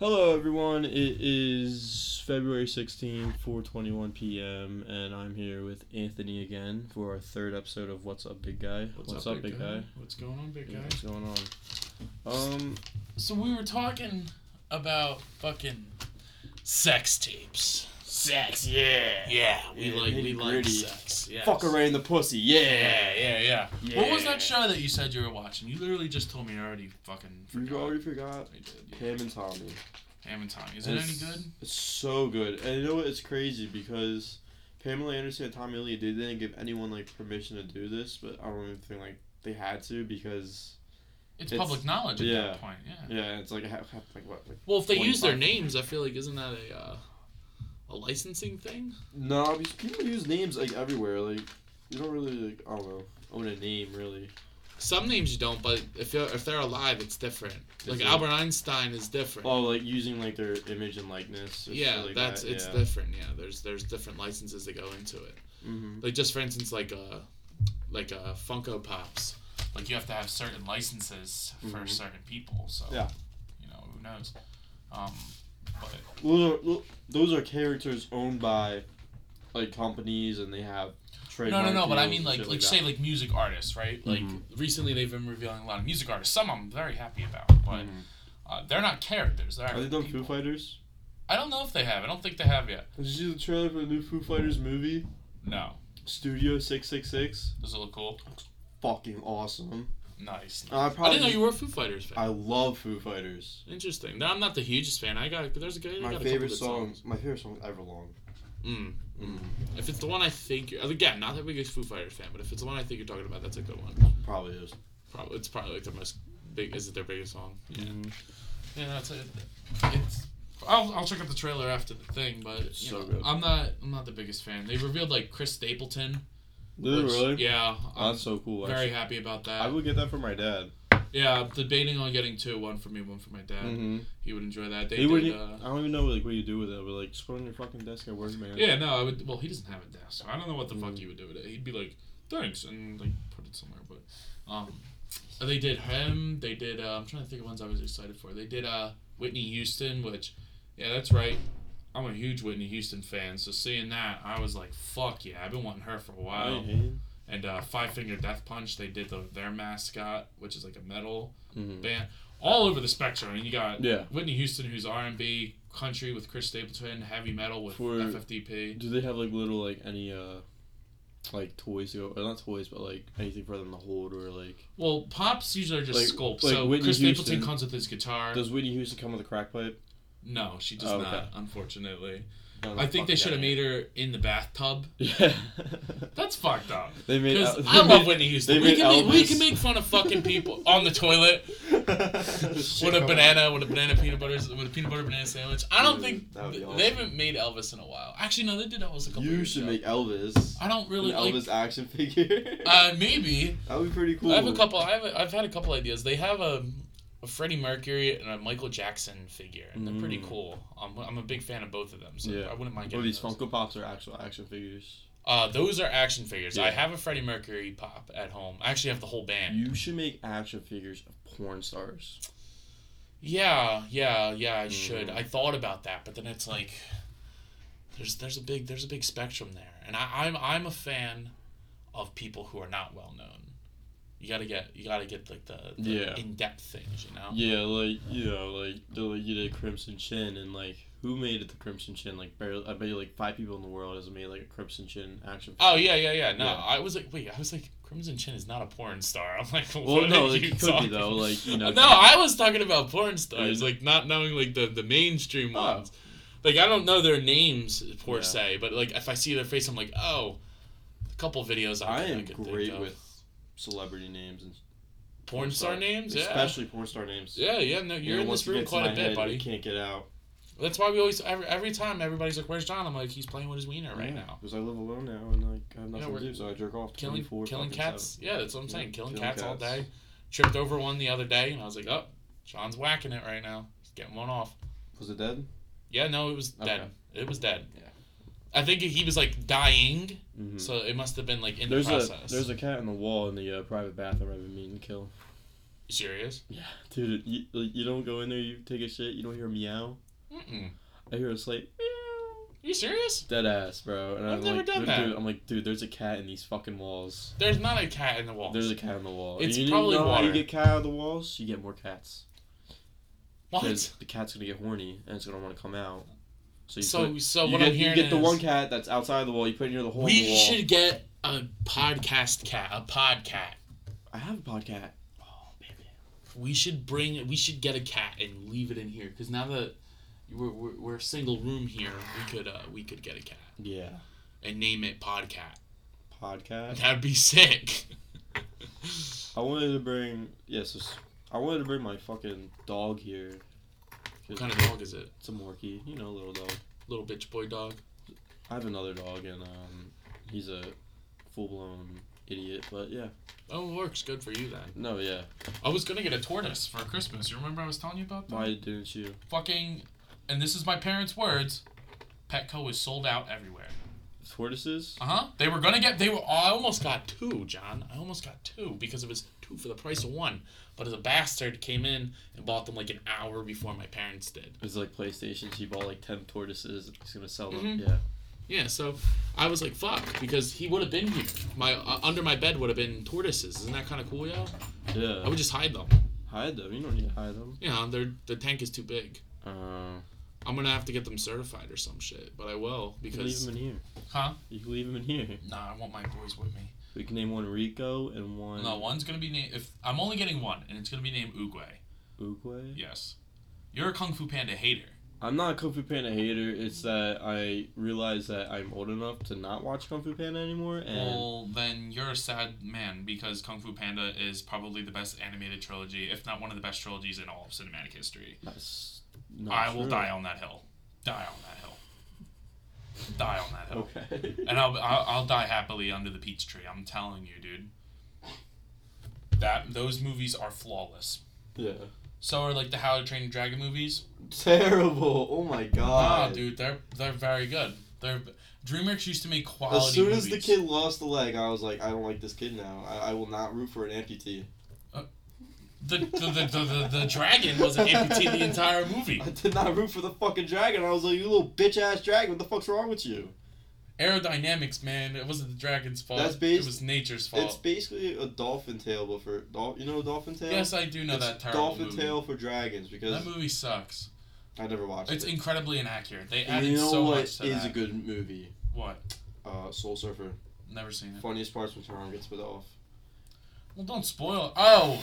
Hello, everyone. It is February 16th, 4:21 p.m., and I'm here with Anthony again for our third episode of What's Up, Big Guy. What's, up, Big, Guy? What's going on, big Yeah, guy? What's going on? Um, So we were talking about fucking sex tapes. Sex, yeah. Yeah, we Yeah, like we like nitty-gritty. sex. Yes. fuck Ray in the pussy, yeah. Yeah, yeah, yeah, What was Yeah. that show that you said you were watching? You literally just told me I already fucking forgot. You already forgot I did. Yeah. Pam and Tommy. Ham and Tommy. Is it any It's- good? It's so good, and you know what? It's crazy because Pamela Anderson and Tommy Lee they didn't give anyone like permission to do this, but I don't even think like they had to because It's, it's- public knowledge at yeah. that point. Yeah. yeah, it's like ha- ha- like what like, Well, if they use their 25. names, I feel like isn't that a uh, a licensing thing? no because people use names like everywhere like you don't really like I don't know own a name really Some names you don't, but if you're, if they're alive, it's different. Like Different. Albert Einstein is different. oh like using like their image and likeness or shit yeah, like that's that, it's yeah. different. Yeah, there's there's different licenses that go into it. Mhm. Like just for instance, like uh, like uh, Funko Pops. Like you have to have certain licenses for Mhm. certain people. So Yeah. you know who knows. Um, but Those are those are characters owned by like companies and they have No, trademark no, no. But I deals mean, and like, shit like, that. say, like music artists, right? Like Mhm. recently, they've been revealing a lot of music artists. Some I'm very happy about, but Mhm. uh, they're not characters. They're Are they actual done people. Foo Fighters? I don't know if they have. I don't think they have yet. Did you see the trailer for the new Foo Fighters movie? No. Studio Six Six Six. Does it look cool? Fucking awesome. Nice. I I Uh, probably. didn't know you were a Foo Fighters fan. I love Foo Fighters. Interesting. No, I'm not the hugest fan. I got there's a good. My favorite song. My favorite song is Everlong. Mm. Mm-hmm. If it's the one I think, you're, again, not that big a Foo Fighters fan, but if it's the one I think you're talking about, that's a good one. Probably is. Probably it's probably like their most big. Is it their biggest song? Yeah. Mm-hmm. Yeah, that's it. It's. I'll, I'll check out the trailer after the thing, but you So know, good. I'm not I'm not the biggest fan. They revealed like Chris Stapleton. Dude, which- really? Yeah, Oh, I'm that's so cool. very Actually. happy about that. I would get that for my dad. yeah, I'm debating on getting two, one for me, one for my dad. Mm-hmm. He would enjoy that. They He did. wouldn't. Uh, I don't even know like what you do with it, but like just put it on your fucking desk at work, man. Yeah, no, I would. Well, he doesn't have a desk, so I don't know what the fuck Mm. he would do with it. He'd be like, "Thanks," and like put it somewhere. But um, they did him. They did. Uh, I'm trying to think of ones I was excited for. They did uh Whitney Houston, which, yeah, that's right. I'm a huge Whitney Houston fan, so seeing that, I was like, "Fuck yeah!" I've been wanting her for a I while. hate it. And uh, Five Finger Death Punch, they did the, their mascot, which is like a metal Mhm. band, all over the spectrum. And you got Yeah. Whitney Houston, who's R&B, country with Chris Stapleton, heavy metal with For- FFDP. Do they have like little like any uh like toys to go? Or not toys, but like anything for them to hold or like. Well, pops usually are just Like- sculpts. like so Whitney Chris Stapleton Houston. comes with his guitar. Does Whitney Houston come with a crack pipe? no, she does Oh, not, okay. unfortunately. No, I think they fuck should have that. made her in the bathtub. Yeah. That's fucked up. they made. Because Al- they I love made- Whitney they Houston. We made can, make, we Elvis. can make fun of fucking people on the toilet with with a banana, with a banana peanut butter, with a peanut butter banana sandwich. I don't Dude, think that would be th- awesome. they haven't made Elvis in a while. Actually, no, they did Elvis a couple You years should ago. make Elvis. I don't really an like. Elvis action figure. Uh, maybe that would be pretty cool. I have a couple. I have. A, I've had a couple ideas. They have a, a Freddie Mercury and a Michael Jackson figure, and they're pretty Mm. cool. I'm, I'm a big fan of both of them, so Yeah. I wouldn't mind Or getting these those. Funko Pops are actual action figures. Uh, those are action figures. I Yeah. have a Freddie Mercury pop at home. I actually have the whole band. You should make action figures of porn stars. Yeah, yeah, yeah. I should. Mhm. I thought about that, but then it's like, there's there's a big there's a big spectrum there, and I, I'm I'm a fan of people who are not well known. You gotta get you gotta get like the, the Yeah. in depth things, you know. Yeah, like you know, like the like you did Crimson Chin and like who made it the Crimson Chin? Like barely, I bet you like five people in the world has made like a Crimson Chin action. Oh yeah, yeah, yeah. No, Yeah. I was like, wait, I was like, Crimson Chin is not a porn star. I'm like, what Well, no, are like, you it could be, talking- though, like, you know- No, I was talking about porn stars, Yeah. like not knowing like the the mainstream Oh. ones. Like I don't know their names per Yeah. se, but like if I see their face, I'm like, oh, a couple videos. I, I could- I am could think great of. with celebrity names and porn star names. Yeah. especially porn star names. Yeah, yeah. No, You you're know, in once this it room gets in quite my a bit, head, buddy. It can't get out. That's why we always every, every time everybody's like, "Where's John?" I'm like, he's playing with his wiener right now. Because I live alone now and like, I have nothing we're- to do, so I jerk off. killing 24 killing fucking cats. Yeah, that's what I'm Yeah, saying. Killing, killing cats, all cats. day. Tripped over one the other day, and I was like, "Oh, John's whacking it right now. He's getting one off." seven. Was it dead? Yeah, no, it was Okay. dead. It was dead. Yeah. I think he was like dying, Mm-hmm. so it must have been like in there's the process. a there's a cat in the wall in the uh, private bathroom I've been meaning to kill. You serious? Yeah, dude, you, like, you don't go in there, you take a shit, you don't hear a meow. Mm-mm. I hear a slight meow. You serious? Dead ass, bro. And I've I'm never like, done dude, that. dude, I'm like, dude, there's a cat in these fucking walls. There's not a cat in the wall. There's a cat on the wall. And It's you probably know how water. you get cat out of the walls? You get more cats. what? Because the cat's gonna get horny and it's gonna want to come out. So you So put, so you what get, I'm hearing you get the is one cat that's outside of the wall. You put it near the hole in the we wall. should get a podcast cat. A pod cat. I have a podcat. Oh, We should bring. We should get a cat and leave it in here. Cause now that we're, we're, we're a single room here, we could uh, we could get a cat Yeah, and name it Podcat. podcat. That'd be sick. I wanted to bring yes, I wanted to bring my fucking dog here. what kind of dog is it? It's a Morkie, you know, little dog. Little bitch boy dog. I have another dog, and um, he's a full blown idiot. But yeah, Oh, it works. Good for you then. no, yeah. I was gonna get a tortoise for Christmas. You remember I was telling you about that? Why didn't you? Fucking, and this is my parents' words. Petco is sold out everywhere. Tortoises? Uh Uh-huh. huh. They were gonna get. They were. oh, I all almost got two, John. I almost got two because it was two for the price of one. But as a bastard came in and bought them like an hour before my parents did. It's like PlayStation. She bought like ten tortoises. She's gonna sell them. Mhm. Yeah. Yeah, so I was like, fuck, because he would have been here. My uh, under my bed would have been tortoises. Isn't that kind of cool, yo? Yeah. I would just hide them. hide them. You don't need to hide them. You know, their the tank is too big. Uh, I'm gonna have to get them certified or some shit, but I will you can leave because them in here. Huh? You can leave them in here. Nah, I want my boys with me. We can name one Rico and one No, one's gonna be named. If I'm only getting one, and it's gonna be named Uguay. Uguay. Yes. You're a Kung Fu Panda hater. I'm not a Kung Fu Panda hater. It's that I realize that I'm old enough to not watch Kung Fu Panda anymore, and Well, then you're a sad man because Kung Fu Panda is probably the best animated trilogy, if not one of the best trilogies in all of cinematic history. that's not I will true. die on that hill. Die on that hill. Die on that hill. Okay. And I'll, I'll I'll die happily under the peach tree. I'm telling you, dude. That those movies are flawless. yeah. So are like the How to Train Your Dragon movies. Terrible. Oh my Ah, god. dude, they're they're very good. They're DreamWorks used to make quality. As soon movies. as the kid lost the leg, I was like, I don't like this kid now. I, I will not root for an amputee. the the, the, the, the, the dragon was an amputee the entire movie. I did not root for the fucking dragon. I was like, you little bitch ass dragon. What the fuck's wrong with you? Aerodynamics, man, it wasn't the dragon's fault. That's based- It was nature's It's fault. basically a dolphin tail, but for dol- you know dolphin tail. Yes, I do know It's that terrible dolphin movie. tail for dragons because That movie sucks. I never watched It's it. incredibly inaccurate. They And added you know so what much is to that. a good movie? what? Uh, Soul Surfer. Never seen it. Funniest parts when Toron gets bit off. Well, don't spoil. Oh,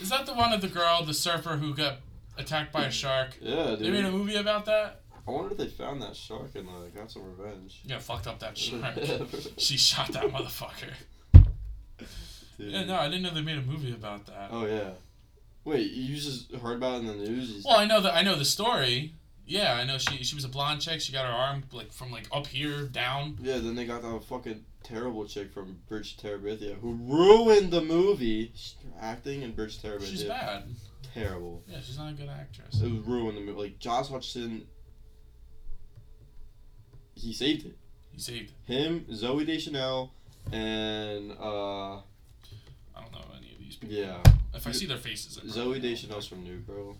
is that the one of the girl, the surfer, who got attacked by a shark? Yeah, They made a dude. movie about that. I wonder if they found that shark and like got some revenge. Yeah, fucked up that shark. Dude. she shot that motherfucker. Yeah, no, I didn't know they made a movie about that. Oh yeah. Wait, you just heard about it in the news? You- Well, I know that I know the story. Yeah, I know she she was a blonde chick. She got her arm like from like up here down. Yeah, then they got that fucking terrible chick from Bridge to Terabithia who ruined the movie. She's acting in Bridge to Terabithia. She's bad. Terrible. Yeah, she's not a good actress. It ruined the movie. Like Josh Hutcherson, he saved it. You saved. Him, Zoe Deschanel, and uh I don't know any of these people. yeah, If I see their faces, I Zoe probably know. Deschanel's from New Girl.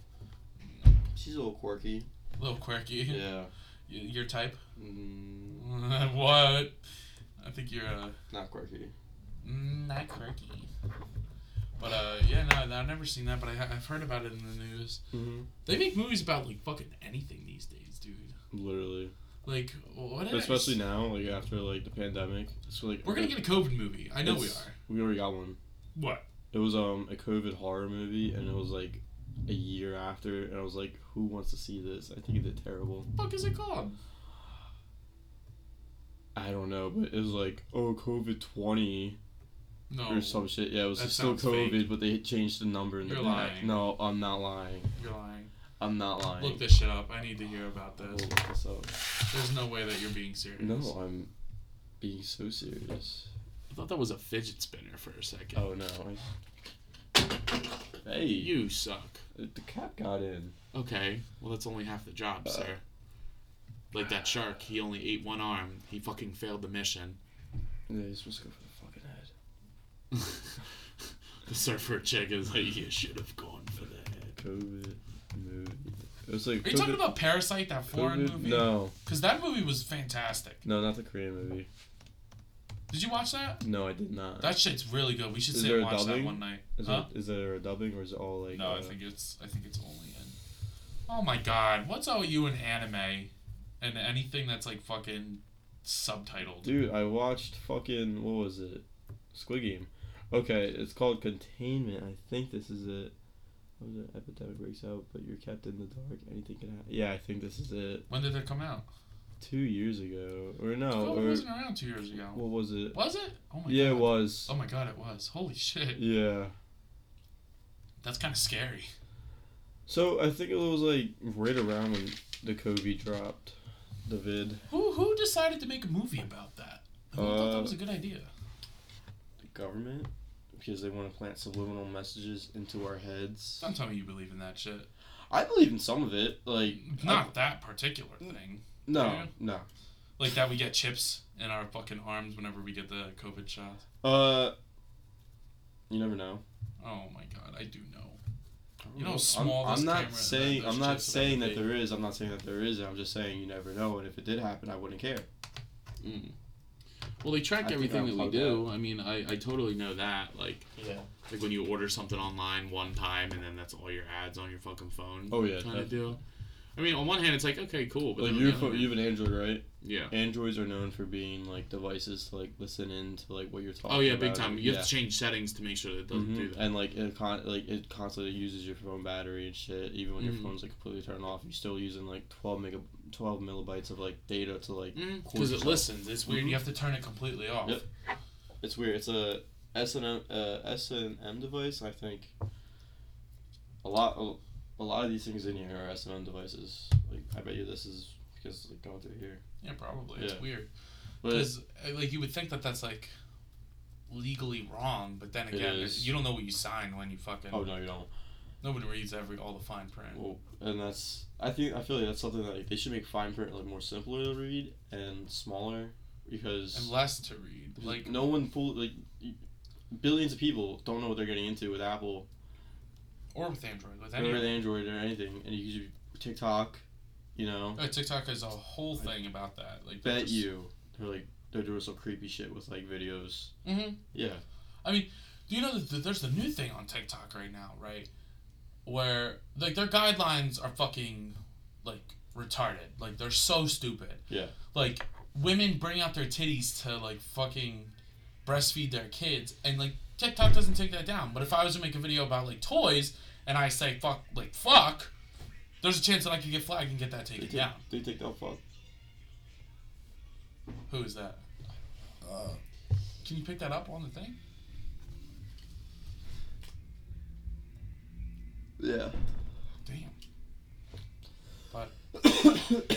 She's a little quirky. A little quirky. Y- Yeah. Your type? Mm, what? I think you're uh, not quirky. mm, not quirky. But uh, yeah, no, I've never seen that, but I, ha- I've heard about it in the news. Mm-hmm. They make movies about like fucking anything these days, dude. Literally. Like what? did I Especially s- now, like after like the pandemic. It's like We're gonna get a COVID movie. I know we It's- are. We already got one. What? It was um a COVID horror movie, and it was like a year after, and I was like, "Who wants to see this?" I think it did terrible. fuck is it called? I don't know, but it was like, "Oh, COVID twenty No, or some shit." Yeah, it was That still sounds COVID, but they changed the number. And the You're back. lying. No, I'm not lying. you're lying. I'm not lying. Look this shit up. I need to hear about I'll this. look this up. There's no way that you're being serious. Oh. No, I'm being so serious. I thought that was a fidget spinner for a second. Oh no. I- Hey, You suck. the cat got in. Okay, well that's only half the job, Uh. sir. Like that shark, he only ate one arm. He fucking failed the mission. Yeah, he's supposed to go for the fucking head. The surfer chick is like, you should have gone for that. COVID movie. It was like Are you talking about Parasite, that foreign COVID- movie? No, Because that movie was fantastic. no, not the Korean movie. Did you watch that? No, I did not. That shit's really good. We should Is sit there and a watch that dubbing? one night. Is, Huh? there, is there a dubbing or is it all like? No, I uh, think it's I think it's only in. Oh my god, what's all you in anime, and anything that's like fucking subtitled? Dude, I watched fucking what was it? Squid Game. Okay, it's called Containment. I think this is it. What was it? Epidemic breaks out, but you're kept in the dark. Anything can happen. Yeah, I think this is it. When did that come out? Two years ago, or no, Oh, it or wasn't around two years ago. what was it? Was it? Oh my Yeah, god. it was. Oh my god, it was. Holy shit, Yeah. that's kind of scary. So I think it was like right around when the Kobe dropped, the vid. Who who decided to make a movie about that? Who thought that Uh, was a Um, good idea? Government, because they want to plant subliminal messages into our heads. Don't tell me you believe in that shit. I believe in some of it. Like Not that particular thing. no, Yeah. no. Like that we get chips in our fucking arms whenever we get the COVID shot. Uh, you never know. Oh my god, I do know. You know how small I'm, this I'm not camera- saying those I'm not chips are saying gonna that be. there is. I'm not saying that there is. I'm just saying you never know. And if it did happen, I wouldn't care. Mm. Well, they I track think everything I'll that we plug do. I mean, I, I totally know that. Like, Yeah. like when you order something online one time and then that's all your ads on your fucking phone. Oh, yeah, Kind of that- deal. I mean, on one hand, it's like okay, cool, but Like then on you, the other hand- you have an Android, right? yeah. Androids are known for being like devices to like listen in to like what you're talking. Oh yeah, about big time. and- You yeah. have to change settings to make sure that it doesn't Mhm. do that. And like it con- like it constantly uses your phone battery and shit. Even when Mhm. your phone's like completely turned off, you're still using like twelve mega twelve millibytes of like data to like. Because it listens. It's Weird, weird. you have to turn it completely off. Mm-hmm. Yep. It's weird. It's a S and M uh, S and M device. I think a lot a, a lot of these things in here are S and M devices. Like I bet you this is because like going through here. Yeah, probably. It's Yeah. weird. But Because like you would think that that's like legally wrong, but then It again, is. you don't know what you sign when you fucking. oh no, you don't. Nobody reads every all the fine print. Well, and that's I think I feel like that's something that like, they should make fine print like more simpler to read and smaller and because less to read. Like like no one full like y- billions of people don't know what they're getting into with Apple or with Android, with or with any. Android or anything, and you use your TikTok, you know. Uh, TikTok is a whole thing about that. Like bet you they're like they're doing some creepy shit with like videos. hmm Yeah. Do you know that th- there's the new thing on TikTok right now, right? Where like their guidelines are fucking like retarded. Like they're so stupid. Yeah. Like women bring out their titties to like fucking breastfeed their kids, and like TikTok doesn't take that down. But if I was to make a video about like toys and I say fuck like fuck, there's a chance that I could get flagged and get that They taken take, down. they take that fuck. Who is that? Can you pick that up on the thing? Yeah. Damn.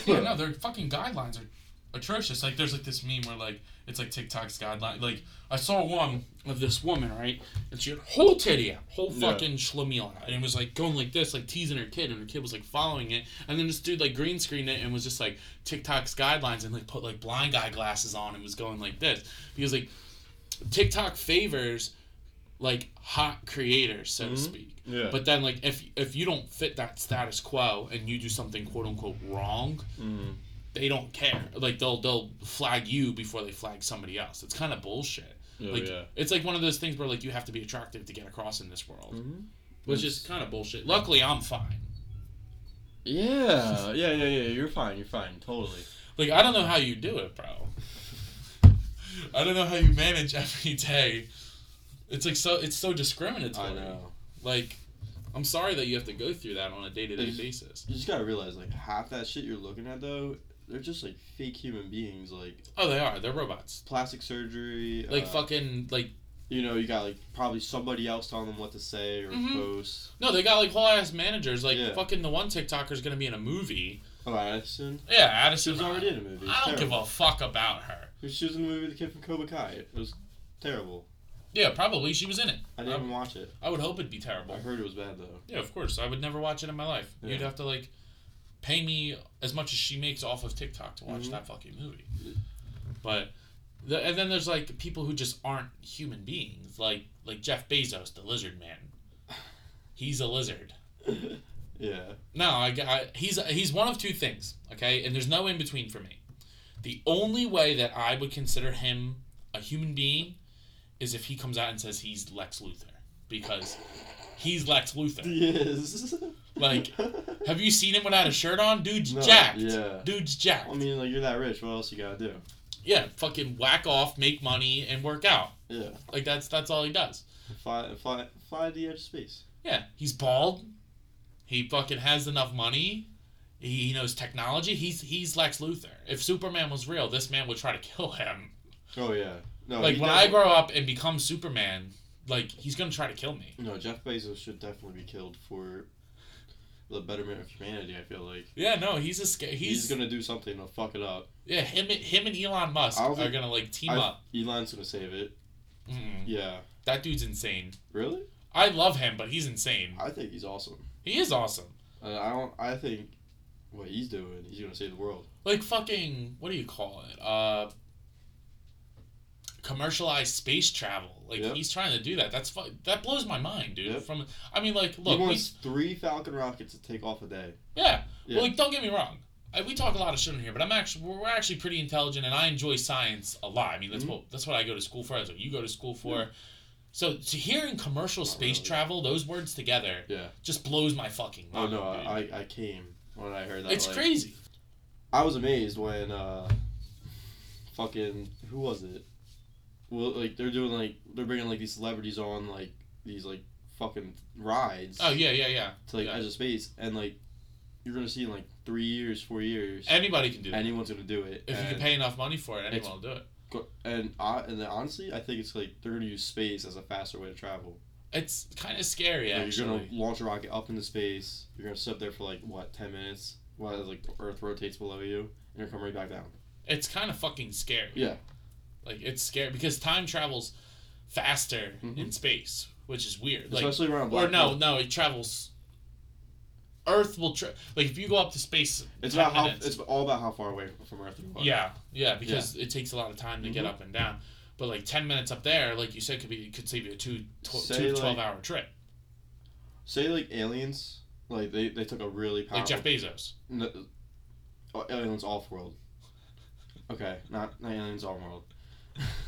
Yeah, no, their fucking guidelines are atrocious. Like, there's like this meme where like it's like TikTok's guideline. Like, I saw one of this woman right, and she had whole titty out, whole Yeah. fucking schlemiel out, and it was like Going like this, like teasing her kid, and her kid was like following it, and then this dude like green screened it and was just like TikTok's guidelines and like put like blind guy glasses on and was going like this because like TikTok favors like hot creators, so Mhm. to speak. Yeah. But then like if if you don't fit that status quo and you do something quote unquote wrong, mm. they don't care. Like they'll they'll flag you before they flag somebody else. It's kind of bullshit. Oh, like yeah. it's like one of those things where like you have to be attractive to get across in this world, Mhm. which is kind of bullshit. Luckily, I'm fine. Yeah. Yeah. Yeah. Yeah. You're fine. You're fine. Totally. Like I don't know how you do it, bro. I don't know how you manage every day. It's like so it's so discriminatory. I know. Like I'm sorry that you have to go through that on a day to day It's- basis. You just gotta realize like half that shit you're looking at though, they're just like fake human beings. Like Oh, they are. They're robots. plastic surgery. Like uh, fucking like You know, you got like probably somebody else telling them what to say or Mhm. post. no, they got like whole ass managers. Like Yeah. fucking the one TikToker's gonna be in a movie. Oh, Addison. Yeah, Addison. She was already in a movie. I don't give up. a fuck about her. She was in the movie with the kid from Cobra Kai. It was terrible. Yeah, probably she was in it. I didn't even watch it. I would hope it'd be I terrible. heard it was bad though. Yeah, of course. I would never watch it in my life. Yeah. You'd have to like pay me as much as she makes off of TikTok to watch Mhm. that fucking movie. Yeah. But The, and then there's like people who just aren't human beings, like like Jeff Bezos, the lizard man. He's a lizard. yeah. No, I, I he's he's one of two things, okay? And there's no in between for me. The only way that I would consider him a human being is if he comes out and says he's Lex Luthor because he's Lex Luthor. Yes. Like, Have you seen him without a shirt on? Dude's No, jacked. yeah. Dude's jacked. I mean, like you're that rich. What else you gotta do? yeah, fucking whack off, make money, and work out. Yeah. Like that's that's all he does. Fly, fly, fly to the edge of space. Yeah, he's bald. He fucking has enough money. He, he knows technology. He's he's Lex Luthor. If Superman was real, this man would try to kill him. Oh yeah. No. like he when I definitely- grow up and become Superman, like he's gonna try to kill me. No, Jeff Bezos should definitely be killed for the betterment of humanity. I feel like Yeah, no, he's a sca- he's, he's, gonna do something to fuck it up. yeah him and- him and Elon Musk I are don't think- gonna like team I- up. Elon's gonna save it. Mm-mm. Yeah. That dude's insane. Really? I love him, but he's insane. I think he's awesome. He is awesome. And I don't. I think what he's doing, he's gonna save the world. Like fucking what do you call it? Uh commercialized space travel. Like Yep. he's trying to do that. That's fu- that blows my mind, dude. Yep. From I mean like look, he we, wants three Falcon rockets to take off a day. yeah. Yeah. Well, like don't get me wrong. I, we talk a lot of shit in here, but I'm actually we're, we're actually pretty intelligent and I enjoy science a lot. I mean, that's Mhm. what that's what I go to school for. That's what you go to school for. So to hearing commercial Not space Oh, really. travel, those words together Yeah. just blows my fucking Oh mind. no, dude. I, I came when I heard that. it's like- crazy. I was amazed when uh, fucking who was it? Well, like they're doing like they're bringing like these celebrities on like these like fucking rides Oh yeah, yeah, yeah. to like yeah. edge of space, and like you're gonna see in like three years, four years, Anybody can do that. anyone's gonna do it. If you and, can pay enough money for it, It's- anyone will do it. go- and I and then honestly, I think it's like they're gonna use space as a faster way to travel. It's kind of scary, Like, you're gonna actually. launch a rocket up into space. You're gonna sit up there for like what ten minutes while like the Earth rotates below you, and you're coming right back down. It's kind of fucking scary. Yeah. Like it's scary because time travels faster Mhm. in space, which is weird. Like, Especially around black or no, Hole. no, it travels. Earth will tra- like if you go up to space. It's 10 about how minutes- it's all about how far away from Earth you are. Yeah, yeah, because it takes a lot of time to get Mhm. up and down. But like ten minutes up there, like you said, could be could save you a two, tw- Say, two like, 12 hour trip. Say like aliens, like they, they took a really Like powerful Jeff Bezos. n- oh, aliens off world. Okay, not not aliens off world.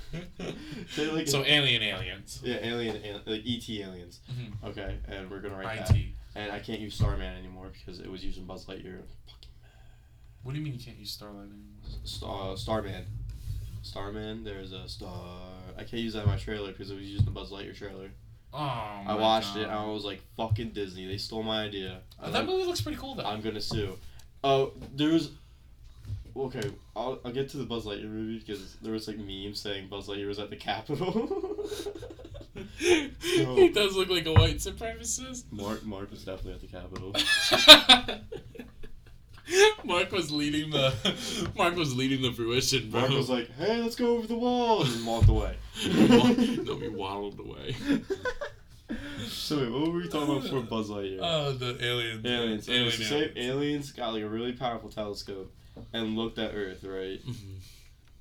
Say like so alien aliens. yeah, alien, al- like ET aliens. Mhm. Okay, and we're gonna write that. IT. And I can't use Starman anymore because it was using Buzz Lightyear. What do you mean you can't use Starlight anymore? Star, Starman. Starman, there's a star. I can't use that in my trailer because it was using the Buzz Lightyear trailer. Oh, I watched it and I was like, fucking Disney, they stole my idea. I that like- movie looks pretty cool though. I'm gonna sue. Oh, there was. Okay, I'll, I'll get to the Buzz Lightyear movie because there was like memes saying Buzz Lightyear was at the Capitol. he does look like a white supremacist. Mark Mark was definitely at the Capitol. Mark was leading the Mark was leading the fruition, bro. Mark was like, "Hey, let's go over the wall," and then walked away. He wa- no, he waddled away. so wait, what were we talking about before Buzz Lightyear? Oh, the aliens. aliens. It was Alien the same- aliens got like a really powerful telescope and looked at Earth. Right, Mhm.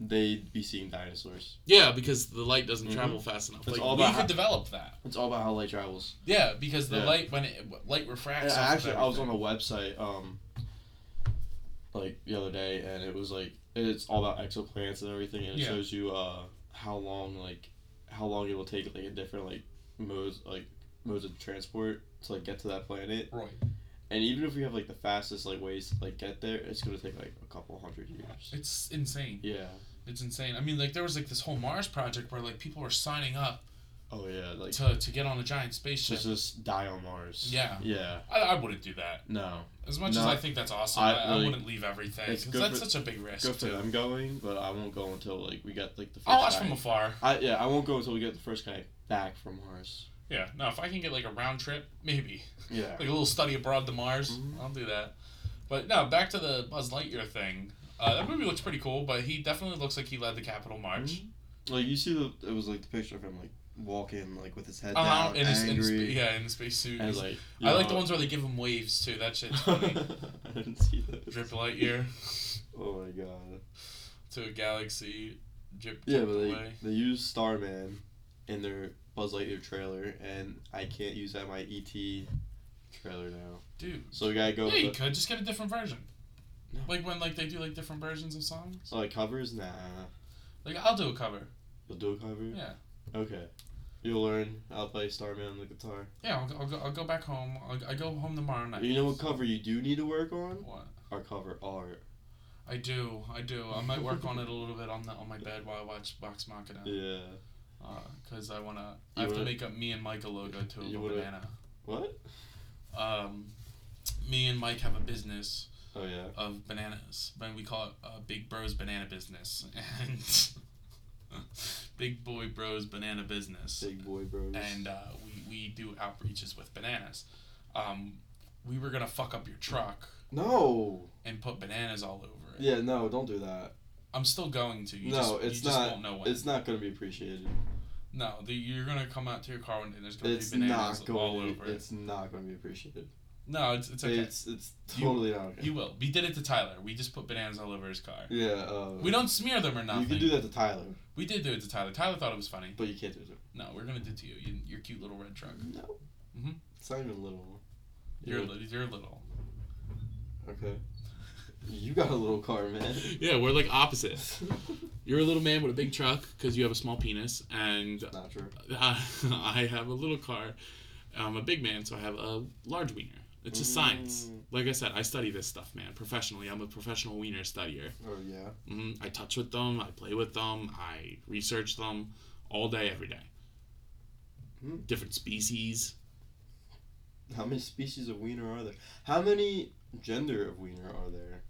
they'd be seeing dinosaurs. Yeah, because the light doesn't Mhm. travel fast enough. It's Like, all we about could how- develop that. It's all about how light travels. Yeah, because the Yeah. light when it light refracts. Yeah, off of actually, I was on everything. a website um like the other day, and it was like it's all about exoplanets and everything, and it Yeah. shows you uh how long like how long it will take like a different like modes like modes of transport to like get to that planet, Right. and even if we have like the fastest like ways to like get there, it's gonna take like a couple hundred years. It's insane. Yeah. It's insane. I mean, like there was like this whole Mars project where like people were signing up Oh yeah. Like to to get on a giant to spaceship. just die on Mars. Yeah. Yeah. I, I wouldn't do that. No. As much as No. I think that's awesome, I, I- I like, wouldn't leave everything. it's 'cause good that's for- such a big risk. Go for too. them going, but I won't go until like we got like the first. I'll watch guy. from afar. I yeah, I won't go until we get the first guy back from Mars. Yeah. No, if I can get like a round trip, maybe Yeah. like a little study abroad to Mars, Mhm. I'll do that. But no, back to the Buzz Lightyear thing. Uh, that movie looks pretty cool, but he definitely looks like he led the Capitol March. Hmm? Mm-hmm. Like you see the it was like the picture of him like walking like with his head Uh-huh, down, in his, in his, angry, yeah, in the spacesuit. and like I like the ones where they give him waves too. That shit's funny. I didn't see that. Drip Lightyear Oh my god. to a galaxy. drip Yeah, drip but they, away. they use Starman in their Buzz Lightyear trailer, and I can't use that in my ET trailer now. Dude. So we gotta go. Yeah, you With, could just get a different version. No. Like when like they do like different versions of songs. oh, like covers? Nah. Like I'll do a cover. You'll do a cover? Yeah. Okay. You'll learn. I'll play Starman on the guitar. Yeah, I'll go, I'll go, I'll go back home. I'll, I go home tomorrow night. You know what cover you do need to work on? What? Our cover art. I do, I do. I might work on it a little bit on the on my bed while I watch Vox Machina. Yeah. Uh, cause I wanna, I You have to wanna- make up me and Mike a logo to a You little wanna- banana. What? Um, me and Mike have a business Oh yeah. of bananas, but we call it uh, Big Bros Banana Business and Big Boy Bros Banana Business. Big boy bros. and uh, we, we do outreaches with bananas. Um, we were gonna fuck up your truck no. and put bananas all over it. Yeah. No. Don't do that. I'm still going to. You No, just, it's you just not- Won't know when. It's not gonna be appreciated. no, the, you're gonna come out to your car and there's gonna It's be bananas not all going. over To, it's not going to be appreciated. it. No, it's it's okay. It's it's You- totally not. Okay. you will. We did it to Tyler. We just put bananas all over his car. yeah. Uh, We don't smear them or nothing. You can do that to Tyler, We did do it to Tyler. Tyler thought it was funny. but you can't do it. to- No, we're gonna do it to you. you your cute little red truck. No. Mhm. It's not even little. You're Yeah. li- you're little. Okay. You got a little car, man. Yeah, we're like opposite. You're a little man with a big truck because you have a small penis, and not true. uh, I have a little car. I'm a big man, so I have a large wiener. It's just science. Mm. Like I said, I study this stuff, man, professionally. I'm a professional wiener studier. Oh yeah. hmm I touch with them, I play with them, I research them all day, every day. Hmm. Different species. How many species of wiener are there? How many gender of wiener are there?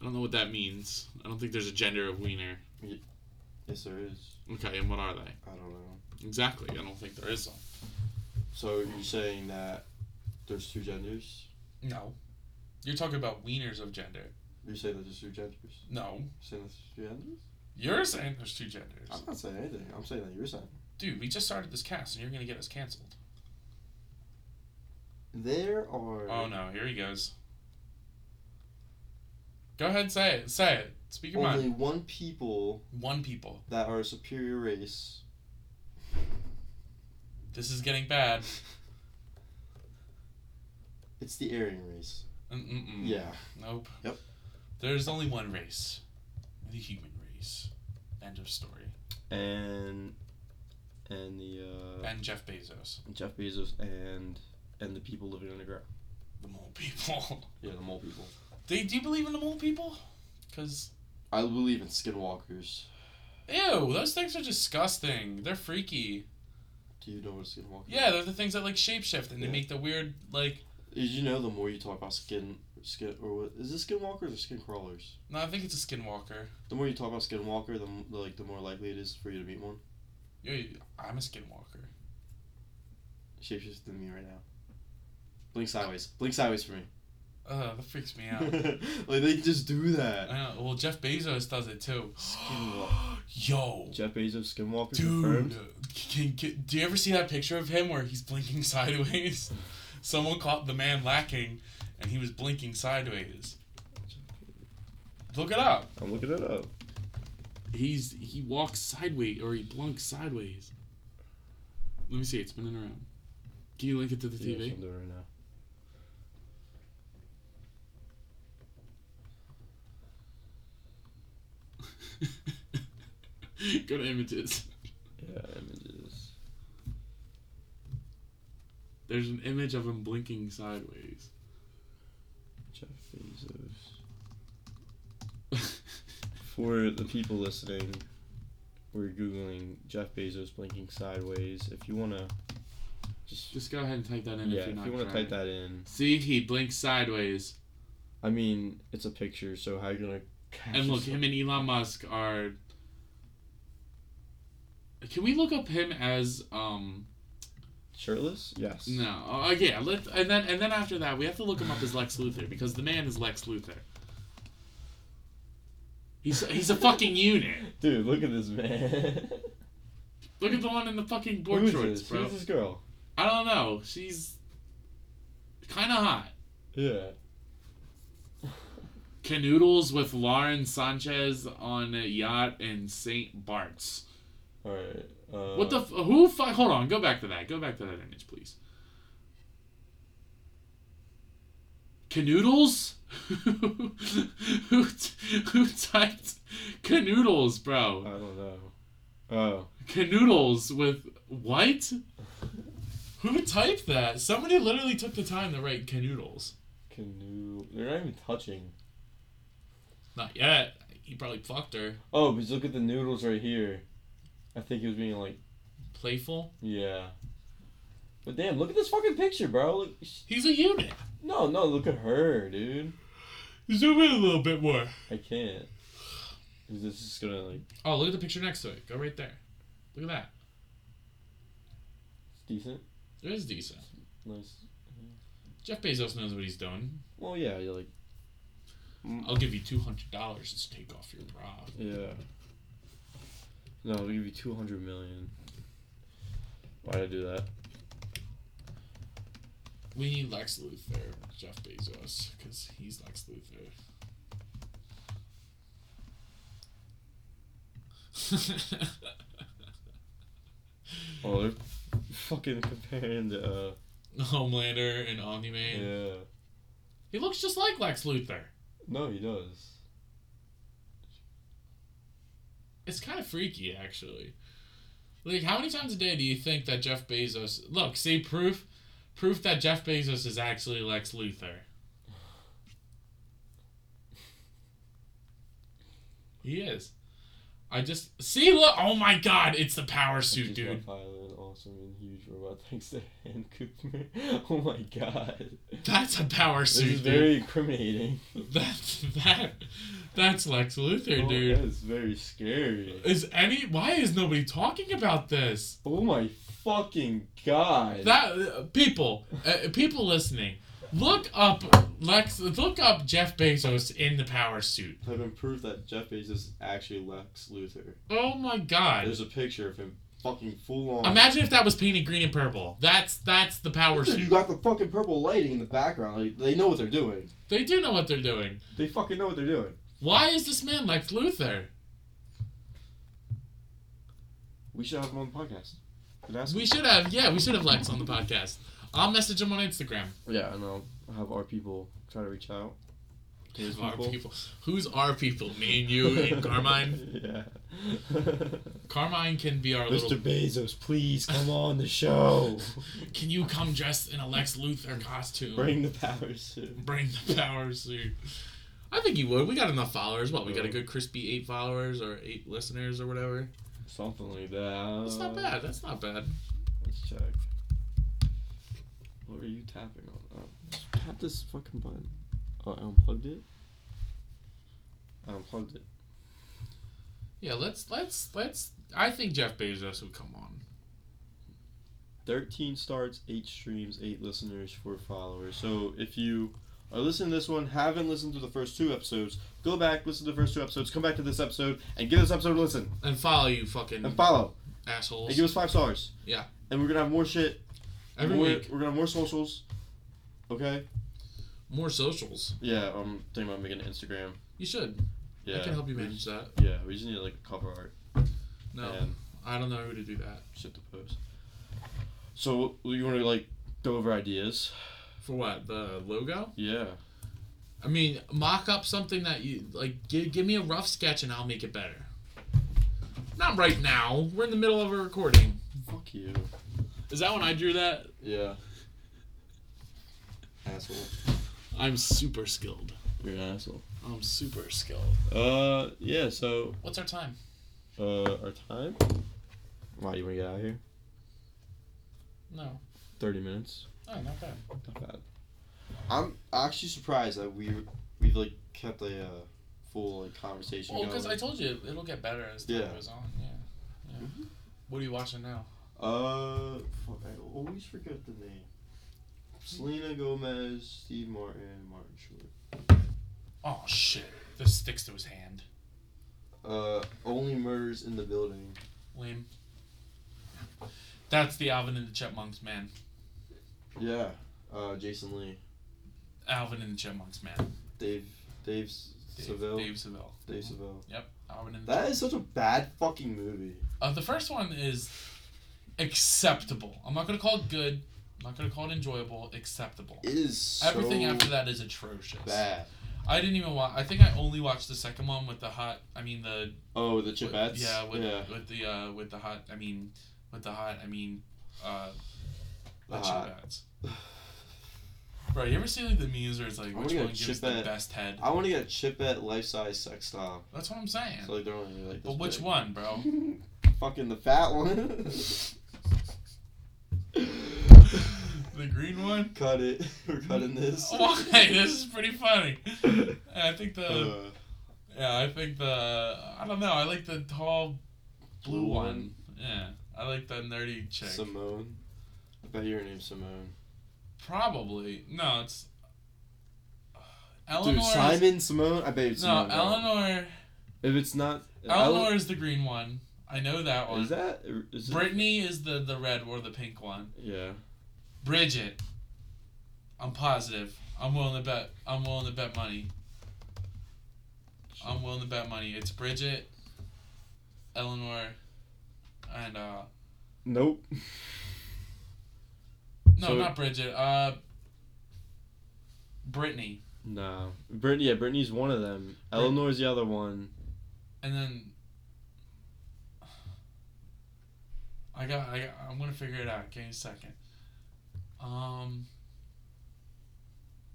I don't know what that means. I don't think there's a gender of wiener. Yes, there is. Okay, and what are they? I don't know. Exactly. I don't think there is one. So you're saying that there's two genders? No, you're talking about wieners of gender. You're saying that there's two genders? No, You're saying that there's two genders? you're saying there's two genders. I'm not saying anything. I'm saying that you're saying. Dude, we just started this cast and you're gonna get us canceled. There are. Oh no, here he goes. Go ahead, say it, say it. Speak your only mind. one people One people. that are a superior race. This is getting bad. It's the Aryan race. Mm-mm-mm. Yeah. Nope. Yep. There's only one race, the human race. End of story. And and the uh, And Jeff Bezos, Jeff Bezos and and the people living underground. the mole people. Yeah, the mole people. do, do you believe in the mole people? Cause I believe in skinwalkers. ew, those things are disgusting. They're freaky. Do you know what a skinwalker? Yeah, they're the things that like shapeshift and they Yeah. make the weird like. Did you know the more you talk about skin skin or what is it skinwalkers or skin crawlers? No, I think it's a skinwalker. The more you talk about skinwalker, the m- like the more likely it is for you to meet one. You, I'm a skinwalker. Shapeshift to me right now. Blink sideways. Blink sideways for me. Uh, that freaks me out. like they just do that. I know. Well, Jeff Bezos does it too. Skinwalker. Yo, Jeff Bezos skinwalker dude, can, can, do you ever see that picture of him where he's blinking sideways? Someone caught the man lacking, and he was blinking sideways. Look it up. I'm looking it up. He's he walks sideways or he blunks sideways. Let me see. It's spinning around. Can you link it to the Yeah, that's what TV? I'm doing right now. Go to images. Yeah, images. There's an image of him blinking sideways. Jeff Bezos. For the people listening, we're googling Jeff Bezos blinking sideways. If you wanna, just, Just go ahead and type that in yeah, if you're if not. you wanna trying. type that in, See, he blinks sideways. I mean, it's a picture, so how you gonna? And look, him and Elon Musk are. Can we look up him as um shirtless? Yes. no uh, yeah let and then and then after that we have to look him up as Lex Luthor because the man is Lex Luthor. He's he's a fucking unit. Dude, look at this man. Look at the one in the fucking board Who is shorts, this? bro. Who's this girl? I don't know. She's kind of hot. Yeah. Canoodles with Lauren Sanchez on a yacht in St. Bart's. All right. Uh, what the? F- who? F- hold on. Go back to that. Go back to that image, please. Canoodles? who, t- who typed canoodles, I bro? don't know. Oh, Canoodles with what? Who typed that? Somebody literally took the time to write canoodles. canoe. They're not even touching. Not yet. He probably fucked her. Oh, but just look at the noodles right here. I think he was being like, Playful. yeah. But damn, look at this fucking picture, bro. Look, sh- He's a unit. no, no, look at her, dude. Zoom in a little bit more. I can't. 'Cause This is gonna like Oh, look at the picture next to it. Go right there. Look at that. it's decent, It is decent. nice. Jeff Bezos knows what he's doing. Well, yeah, you're like, I'll give you two hundred dollars to take off your bra. yeah. No, it'll give you two hundred million. Why'd I do that? We need Lex Luthor, Jeff Bezos, because he's Lex Luthor. Oh, they're fucking comparing the. Uh, Homelander and Omni-Man. yeah. He looks just like Lex Luthor. No, he does. It's kind of freaky, actually. Like, how many times a day do you think that Jeff Bezos... Look, see, proof... Proof that Jeff Bezos is actually Lex Luthor. He is. I just... See, look... Oh, my God! It's the power suit, Just got dude. Tyler, an awesome and huge robot thanks to Ann Cooper. Oh my god. That's a power This suit, is dude. very incriminating. That's... That... That's Lex Luthor, Oh, dude. That is very scary. Is any... Why is nobody talking about this? Oh my fucking god. That uh, people, uh, people listening, look up Lex. Look up Jeff Bezos in the power suit. I've been proved that Jeff Bezos is actually Lex Luthor. Oh my God! There's a picture of him fucking full on. Imagine if that was painted green and purple. That's that's the power You suit. got the fucking purple lighting in the background. Like, they know what they're doing. They do know what they're doing. They fucking know what they're doing. Why is this man Lex Luthor? We should have him on the podcast. Could ask We him. should have yeah, we should have Lex on the podcast. I'll message him on Instagram. yeah, and I'll have our people try to reach out. to his Who's our people. people? Who's our people? Me and you and Carmine. yeah. Carmine can be our little. Bezos, please come on the show. Can you come dressed in a Lex Luthor costume? Bring the power suit. Bring the power suit. I think he would. We got enough followers. What, we got a Uh, good crispy eight followers or eight listeners or whatever? Something like that. That's uh, not bad. That's not bad. Let's check. What were you tapping on? Oh, just tap this fucking button. Oh, I unplugged it. I unplugged it. Yeah, let's let's let's I think Jeff Bezos would come on. Thirteen starts, eight streams, eight listeners, four followers. So if you are listening to this one, haven't listened to the first two episodes, go back, listen to the first two episodes, come back to this episode, and give this episode a listen And follow you fucking and follow. And assholes. give us five stars. Yeah. And we're gonna have more shit. Every more, week. We're gonna have more socials. Okay. More socials. Yeah, I'm thinking about making an Instagram. You should. Yeah. I can help you manage that. Yeah, we just need like a cover art No. and I don't know who to do that. shit to post. So you want to like go over ideas? For what? The logo? Yeah. I mean, mock up something that you like give, give me a rough sketch and I'll make it better. Not right now. We're in the middle of a recording. Fuck you. Is that when I drew that? Yeah. Asshole. I'm super skilled. You're an asshole. I'm super skilled. Uh, yeah. So, What's our time? uh, our time. Wow, you wanna get out of here? No. Thirty minutes. Oh, not bad. Not bad. I'm actually surprised that we we've like kept a uh, full like conversation Well, going. because I told you it'll get better as time Yeah. Mm-hmm. goes on. Yeah. yeah. What are you watching now? uh, fuck, I always forget the name. Selena Gomez, Steve Martin, Martin Short. Oh shit! This sticks to his hand. Uh, only murders in the building. Liam. That's the Alvin and the Chipmunks man. Yeah. Uh, Jason Lee, Alvin and the Chipmunks man. Dave Dave S- Dave Seville. Dave, Dave Mm-hmm. Seville. Seville. Alvin and the That is such a bad fucking movie. Uh, the first one is acceptable. I'm not gonna call it good. I'm not gonna call it enjoyable. Acceptable. It is so Everything after that is atrocious. bad. I didn't even watch. I think I only watched the second one with the hot. I mean the. Oh, the with- Chipettes. yeah, with yeah. with the uh with the hot. I mean, with the hot. I mean, uh, the The hot. Chipettes. Bro, you ever see like the memes where it's like I wanna which get one a gives the Chipette. best head? I want to get a Chipette life size sex doll. That's what I'm saying. So like they're only like. This but which big. one, bro? Fucking the fat one. the green one. Cut it. We're cutting this. Why? This is pretty funny. And I think the Uh, yeah, I think the I don't know. I like the tall blue one. Yeah, I like the nerdy chick. Simone. I bet your name's Simone. Probably no, it's uh, Eleanor. Dude, is- Simon Simone. I bet it's no, Simone. Eleanor. If it's not Eleanor is the green one. I know that Ele- one. is that is it- Brittany is the the red or the pink one. Yeah. Bridget. I'm positive. I'm willing to bet. I'm willing to bet money. I'm willing to bet money. It's Bridget, Eleanor, and uh. Nope. No, So- not Bridget. Uh, Brittany, No. Brittany. Yeah, Brittany's one of them. Brit- Eleanor's the other one. and then I got. I got I'm gonna figure it out. Give me a second. Um.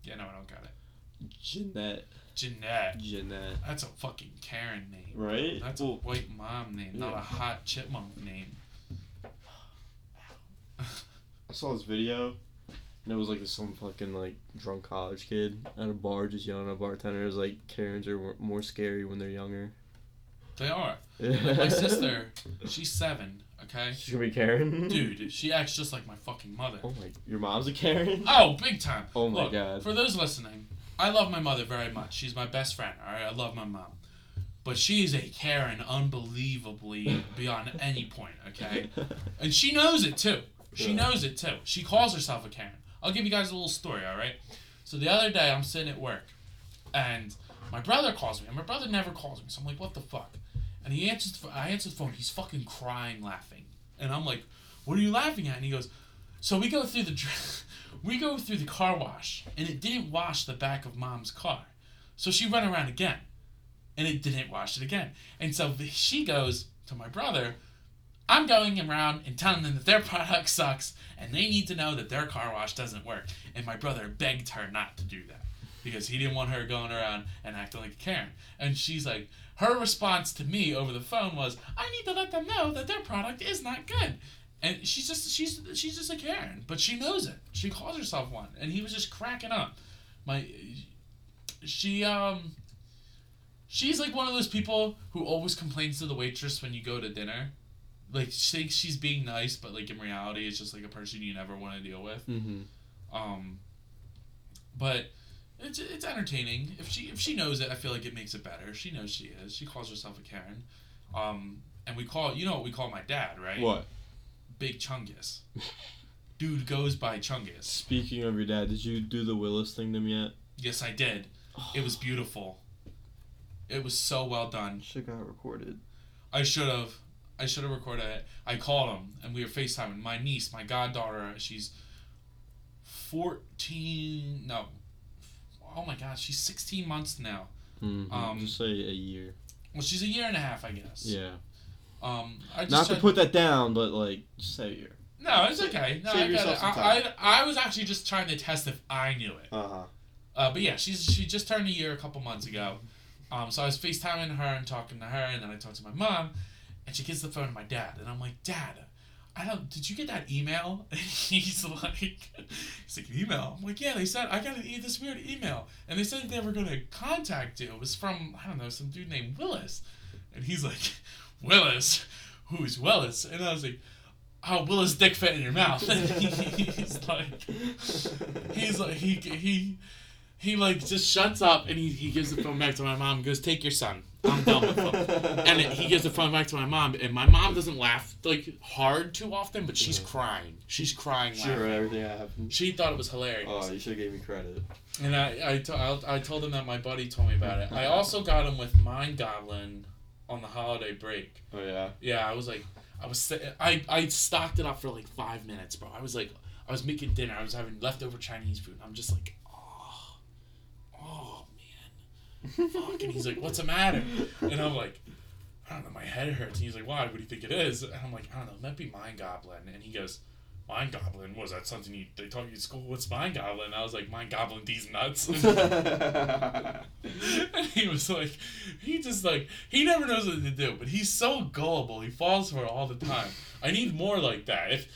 Yeah, no, I don't got it. Jeanette. Jeanette. Jeanette. That's a fucking Karen name. Right. That's a white mom name, not a Yeah. hot chipmunk name. I saw this video, and it was like some fucking like drunk college kid at a bar just yelling at a bartender. It was like Karens are more scary when they're younger. They are. Like my sister, she's seven. Okay, She's gonna be Karen. dude, she acts just like my fucking mother. Oh my. Your mom's a Karen. Oh, big time. Oh my Look, God. For those listening, I love my mother very much. She's my best friend, all right? I love my mom. But she's a Karen unbelievably beyond any point, okay? And she knows it too. She Yeah. knows it too. She calls herself a Karen. I'll give you guys a little story, all right? So the other day, I'm sitting at work, and my brother calls me, and my brother never calls me. So I'm like, what the fuck? And he answers. The, ph- I answer the phone. He's fucking crying, laughing, and I'm like, what are you laughing at? And he goes, so we go through the, dr- we go through the car wash, and it didn't wash the back of mom's car, so she ran around again, and it didn't wash it again. And so th- she goes to my brother. I'm going around and telling them that their product sucks and they need to know that their car wash doesn't work. And my brother begged her not to do that because he didn't want her going around and acting like a Karen. And she's like, her response to me over the phone was, "I need to let them know that their product is not good." And she's just she's she's just a Karen, but she knows it. She calls herself one, and he was just cracking up. My, she um. She's like one of those people who always complains to the waitress when you go to dinner. Like she thinks she's being nice, but like in reality, it's just like a person you never want to deal with. Mm-hmm. Um, but it's it's entertaining. If she if she knows it, I feel like it makes it better. She knows she is. She calls herself a Karen. Um, and we call you know what we call my dad, right? What? Big Chungus. Dude goes by Chungus. Speaking of your dad, did you do the Willis thing to him yet? Yes, I did. It was beautiful. It was so well done. Should got recorded. I should have. I should have recorded it. I called him and we were FaceTiming. My niece, my goddaughter, she's 14. No. Oh my God, she's 16 months now. Um, Mm-hmm. just say a year. Well, she's a year and a half, I guess. Yeah. Um, I just Not to tried- put that down, but like just say a year. No, it's okay. No, Save I got yourself it. some I, I, I was actually just trying to test if I knew it. Uh huh. Uh, but yeah, she's she just turned a year a couple months ago. Um, so I was FaceTiming her and talking to her, and then I talked to my mom, and she gives the phone to my dad, and I'm like, Dad, I don't. Did you get that email? And he's like, he's like, email. I'm like, yeah. They said I got an e- this weird email, and they said they were gonna contact you. It was from I don't know some dude named Willis, and he's like, Willis, who's Willis? And I was like, Oh, Willis, dick fit in your mouth. And he's like, he's like he he he like just shuts up and he, he gives the phone back to my mom and goes, Take your son. I'm done with him. And it- he gives the phone back to my mom and my mom doesn't laugh like hard too often, but she's Yeah. crying. She's crying Sure, laughing. everything that happened. She thought it was hilarious. Oh, you should have gave me credit. And I, I, to, I, I told him that my buddy told me about it. I also got him with Mind Goblin on the holiday break. Oh yeah. Yeah, I was like, I was, si- I, I stocked it up for like five minutes, bro. I was like, I was making dinner. I was having leftover Chinese food. I'm just like, oh, oh man, fuck. And he's like, what's the matter? And I'm like, I don't know. My head hurts. And he's like, why? What do you think it is? And I'm like, I don't know. It might be Mind Goblin. And he goes, Mind Goblin? Was that something you they taught you at school? What's Mind Goblin? And I was like, Mind Goblin, these nuts. and he was like, he just like, he never knows what to do, but he's so gullible. He falls for it all the time. I need more like that. If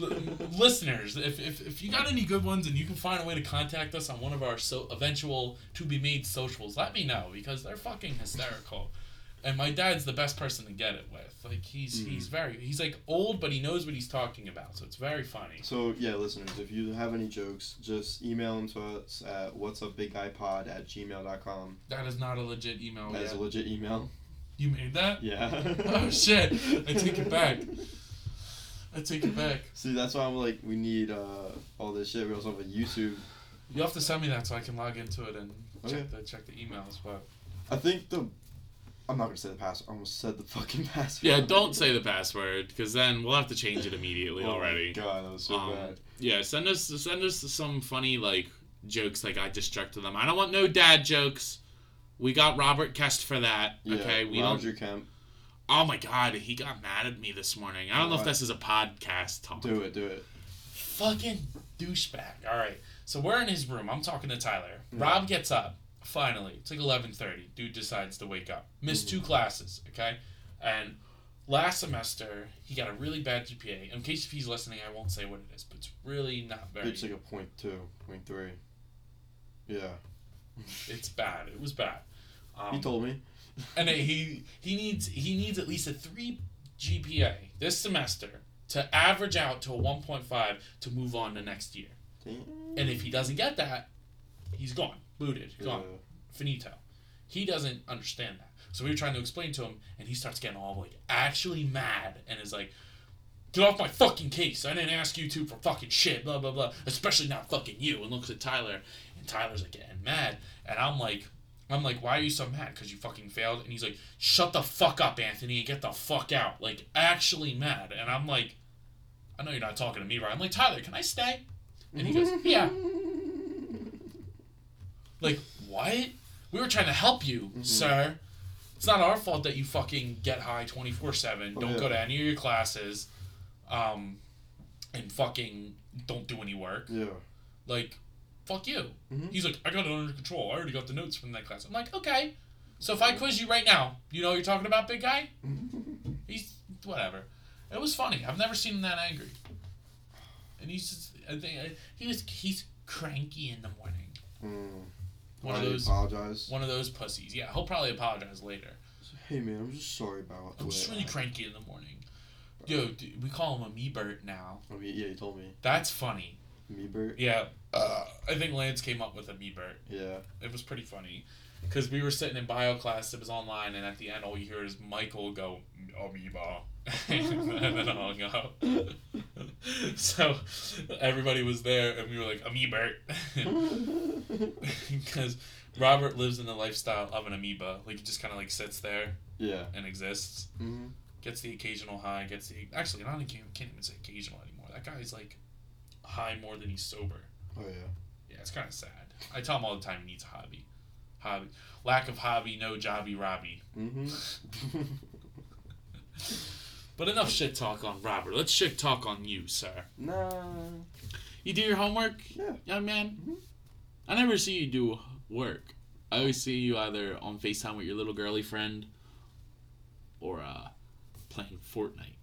l- listeners, if, if, if you got any good ones and you can find a way to contact us on one of our so eventual to be made socials, let me know because they're fucking hysterical. And my dad's the best person to get it with. Like he's Mm. he's very he's like old, but he knows what he's talking about, so it's very funny. so yeah, listeners, if you have any jokes, just email them to us at what's up big iPod at gmail.com. That is not a legit Oh, email. That's a yet. legit email. you made that? Yeah. Oh shit! I take it back. I take it back. See, that's why I'm like, we need uh, all this shit. We also have a YouTube. You have to send me that so I can log into it and Okay. check the check the emails. But I think the. I'm not gonna say the password. I almost said the fucking password. Yeah, don't say the password because then we'll have to change it immediately Oh my already. God, that was so Um, bad. Yeah, send us send us some funny like jokes like I distracted them. I don't want no dad jokes. We got Robert Kest for that. Yeah, okay, we don't. Roger Kemp. Oh my God, he got mad at me this morning. I don't know if What? this is a podcast talk. Do it, do it. fucking douchebag. All right, so we're in his room. I'm talking to Tyler. Yeah. Rob gets up. Finally, it's like 11:30. Dude decides to wake up. Missed two classes. Okay, and last semester he got a really bad GPA. In case if he's listening, I won't say what it is, but it's really not very. It's like a point two, point three. Yeah, It's bad. It was bad. Um, he told me. and then he he needs he needs at least a three GPA this semester to average out to a one point five to move on to next year. And if he doesn't get that, he's gone, booted, gone, finito. He doesn't understand that. So we were trying to explain to him, and he starts getting all like actually mad and is like, "Get off my fucking case! I didn't ask you to for fucking shit, blah blah blah. Especially not fucking you." And looks at Tyler, and Tyler's like getting mad, and I'm like. I'm like, why are you so mad? Because you fucking failed. And he's like, shut the fuck up, Anthony, and get the fuck out. Like, actually mad. And I'm like, I know you're not talking to me, right? I'm like, Tyler, can I stay? And he goes, yeah. Like, what? We were trying to help you, Mm-hmm. sir. It's not our fault that you fucking get high 24 7, Oh, don't yeah. go to any of your classes, um, and fucking don't do any work. Yeah. Like, fuck you. Mhm. He's like, I got it under control. I already got the notes from that class. I'm like, okay. So if I quiz you right now, you know what you're talking about, big guy? Mm. He's whatever. It was funny. I've never seen him that angry. And he's just, I think I, he was he's cranky in the morning. Mm. One I of those apologize. one of those pussies. Yeah, he'll probably apologize later. Hey man, I'm just sorry about. the I'm way just really I- cranky in the morning. Yo, d- we call him a me Bert now. I mean, yeah, you told me. That's funny. Me, Bert. Yeah, uh, I think Lance came up with a me Bert. Yeah. It was pretty funny. Because we were sitting in bio class, it was online, and at the end, all you hear is Michael go, amoeba. and then I hung up. so everybody was there, and we were like, amoeba. Because Robert lives in the lifestyle of an amoeba. Like, he just kind of like sits there yeah. and exists. Mm-hmm. Gets the occasional high, gets the. Actually, I don't can't, can't even say occasional anymore. That guy's like high more than he's sober. Oh yeah. Yeah, it's kind of sad. I tell him all the time he needs a hobby. Hobby. Lack of hobby, no jobby Robbie. Mm-hmm. But enough shit talk on Robert. Let's shit talk on you, sir. nah. You do your homework, Yeah. young man. Mhm. I never see you do work. I always see you either on Facetime with your little girly friend, or uh, playing Fortnite,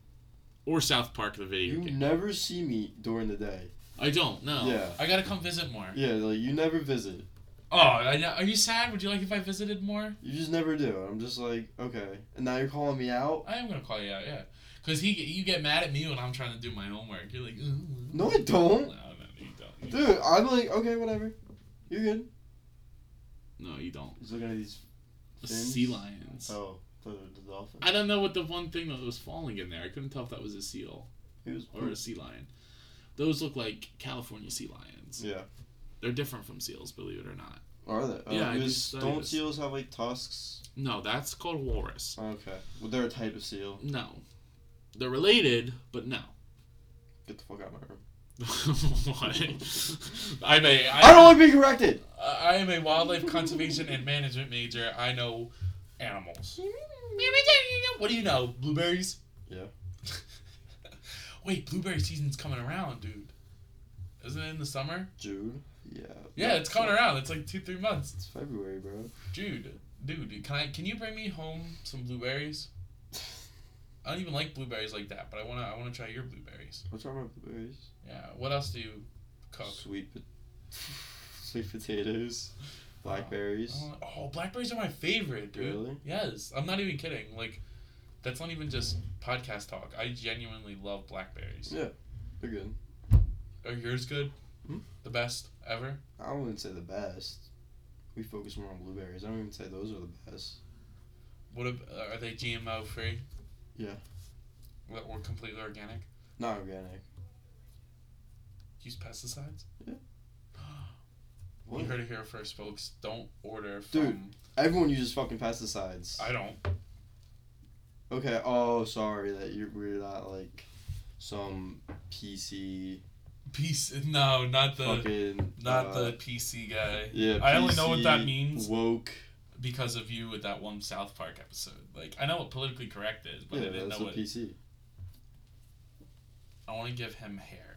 or South Park the video You game. never see me during the day. I don't know. Yeah. I gotta come visit more. Yeah, like you never visit. Oh, I know. Are you sad? Would you like if I visited more? You just never do. I'm just like, okay. And now you're calling me out? I am gonna call you out, yeah. Cause he, you get mad at me when I'm trying to do my homework. You're like, "Ugh." No, I no, don't. no, you don't. Dude, I'm like, okay, whatever. You're good. No, you don't. He's looking at these. The Fins? sea lions. Oh, the, the dolphin. I don't know what the one thing that was falling in there. I couldn't tell if that was a seal He was or a sea lion. Those look like California sea lions. Yeah. They're different from seals, believe it or not. Are they? Oh, Yeah, I because just studied don't this. seals have like tusks? No, that's called walrus. Okay. Well, they're a type of seal. No. They're related, but no. Get the fuck out of my room. what? I'm a, I don't want to be corrected. I am a wildlife conservation and management major. I know animals. What do you know? Blueberries? Yeah. Wait, blueberry season's coming around, dude. Isn't it in the summer? June. Yeah. Yeah, it's coming around. It's like two, three months. It's February, bro. Dude, dude, can I? Can you bring me home some blueberries? I don't even like blueberries like that, but I wanna, I wanna try your blueberries. What's wrong with blueberries? Yeah. What else do you cook? Sweet, po- sweet potatoes, blackberries. Uh-huh. Oh, oh, blackberries are my favorite, dude. Really? Yes, I'm not even kidding. Like, that's not even just podcast talk. I genuinely love blackberries. Yeah. They're good. Are yours good? Hmm? The best ever? I wouldn't say the best. We focus more on blueberries. I don't even say those are the best. What ab- uh, are they GMO free? Yeah. Or or completely organic? Not organic. Use pesticides? What? You heard it here first, folks. Don't order from. Dude. Everyone uses fucking pesticides. I don't. Okay. Oh, sorry that you we're not like some PC PC. No, not the. fucking Not uh, the PC guy. yeah. I only know what that PC means. Woke. because of you with that one South Park episode. Like I know what politically correct is, but I Yeah, didn't know that's what what. PC. I want to give him hair.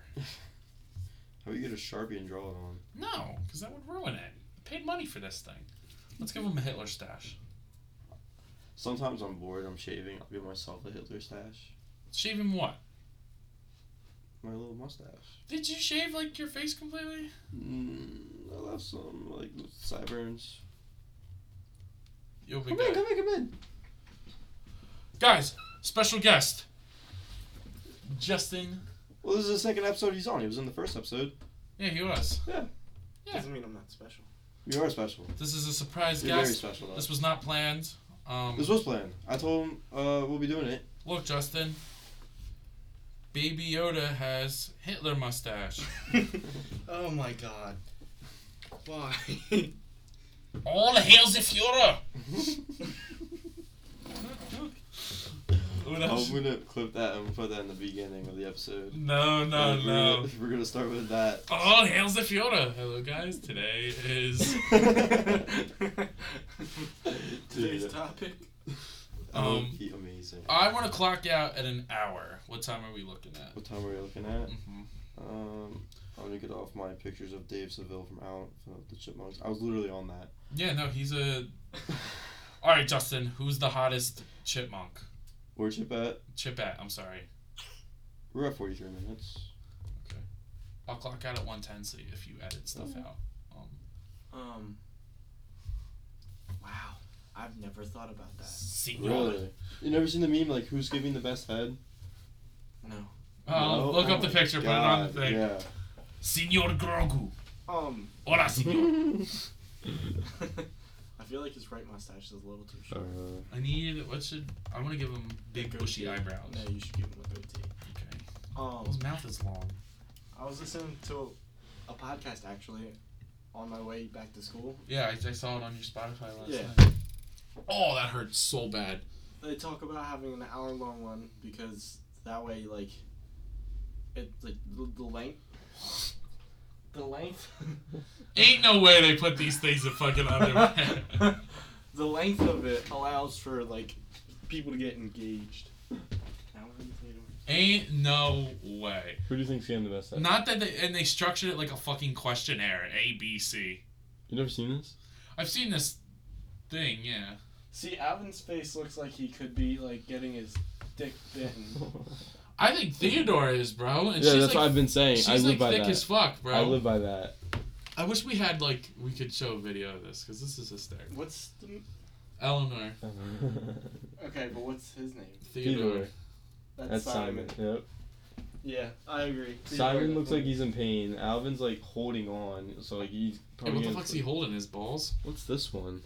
How you get a sharpie and draw it on? No, because that would ruin it. I paid money for this thing. Let's give him a Hitler stash. Sometimes I'm bored. I'm shaving. I'll give myself a Hitler stash. Shave him what? My little mustache. Did you shave like your face completely? Mm, I left some like sideburns. You'll be Come in, good. come in, come in. Guys, special guest. Justin. Well, this is the second episode he's on. He was in the first episode. Yeah, he was. Yeah. Doesn't mean I'm not special. You are special. This is a surprise You're very guest. special. Though. This was not planned. Um, This was planned. I told him uh, we'll be doing it. Look, Justin. Baby Yoda has Hitler mustache. oh my god. Why? All hail the Fuhrer. I'm gonna clip that and put that in the beginning of the episode. No, no, And we're Oh, no. Gonna, we're gonna start with that. All hails the Fiora! Hello, guys. Today is. Today's Dude. topic. That would Um, be amazing. I want to clock out at an hour. What time are we looking at? What time are we looking at? Mm-hmm. Um, I'm gonna get off my pictures of Dave Seville from Out from the Chipmunks. I was literally on that. Yeah, no, he's a. All right, Justin. Who's the hottest chipmunk? Where's Chip at? Chipette. I'm sorry. We're at 43 minutes. I'll clock out at one ten. See if you edit stuff Mm. out. Um. Wow. I've never thought about that. Signore. Really? You never seen the meme like who's giving the best head? No. Oh, No? look up Oh the my picture. Put it on the God, thing. Yeah. Signor Grogu. Um. Hola, Signor. I feel like his right mustache is a little too short. Uh, I need. What should I want to give him? Big bushy eyebrows. No, you should give him a goatee. Okay. Um. His mouth is long. I was listening to a podcast actually on my way back to school. Yeah, I, I saw it on your Spotify last Yeah. night. Oh, that hurts so bad. They talk about having an hour long one because that way, like, it like the, the length, the length, Ain't no way they put these things in fucking underwear. the length of it allows for like people to get engaged. Hour and later. Ain't no way. Who do you think's getting the best head? Not that they and they structured it like a fucking questionnaire. A B C. You never seen this? I've seen this thing. Yeah. See, Alvin's face looks like he could be like getting his dick bitten. I think Theodore is, bro. And yeah, she's that's like, what I've been saying. She's I live like by thick that. as fuck, bro. I live by that. I wish we had like we could show a video of this because this is hysterical. What's the Eleanor okay? But what's his name? Theodore. That's Simon. Yep. Yeah, I agree. Simon looks like he's in pain. Alvin's like holding on, so like he's Hey, probably. what the gonna- fuck's he holding? His balls? What's this one?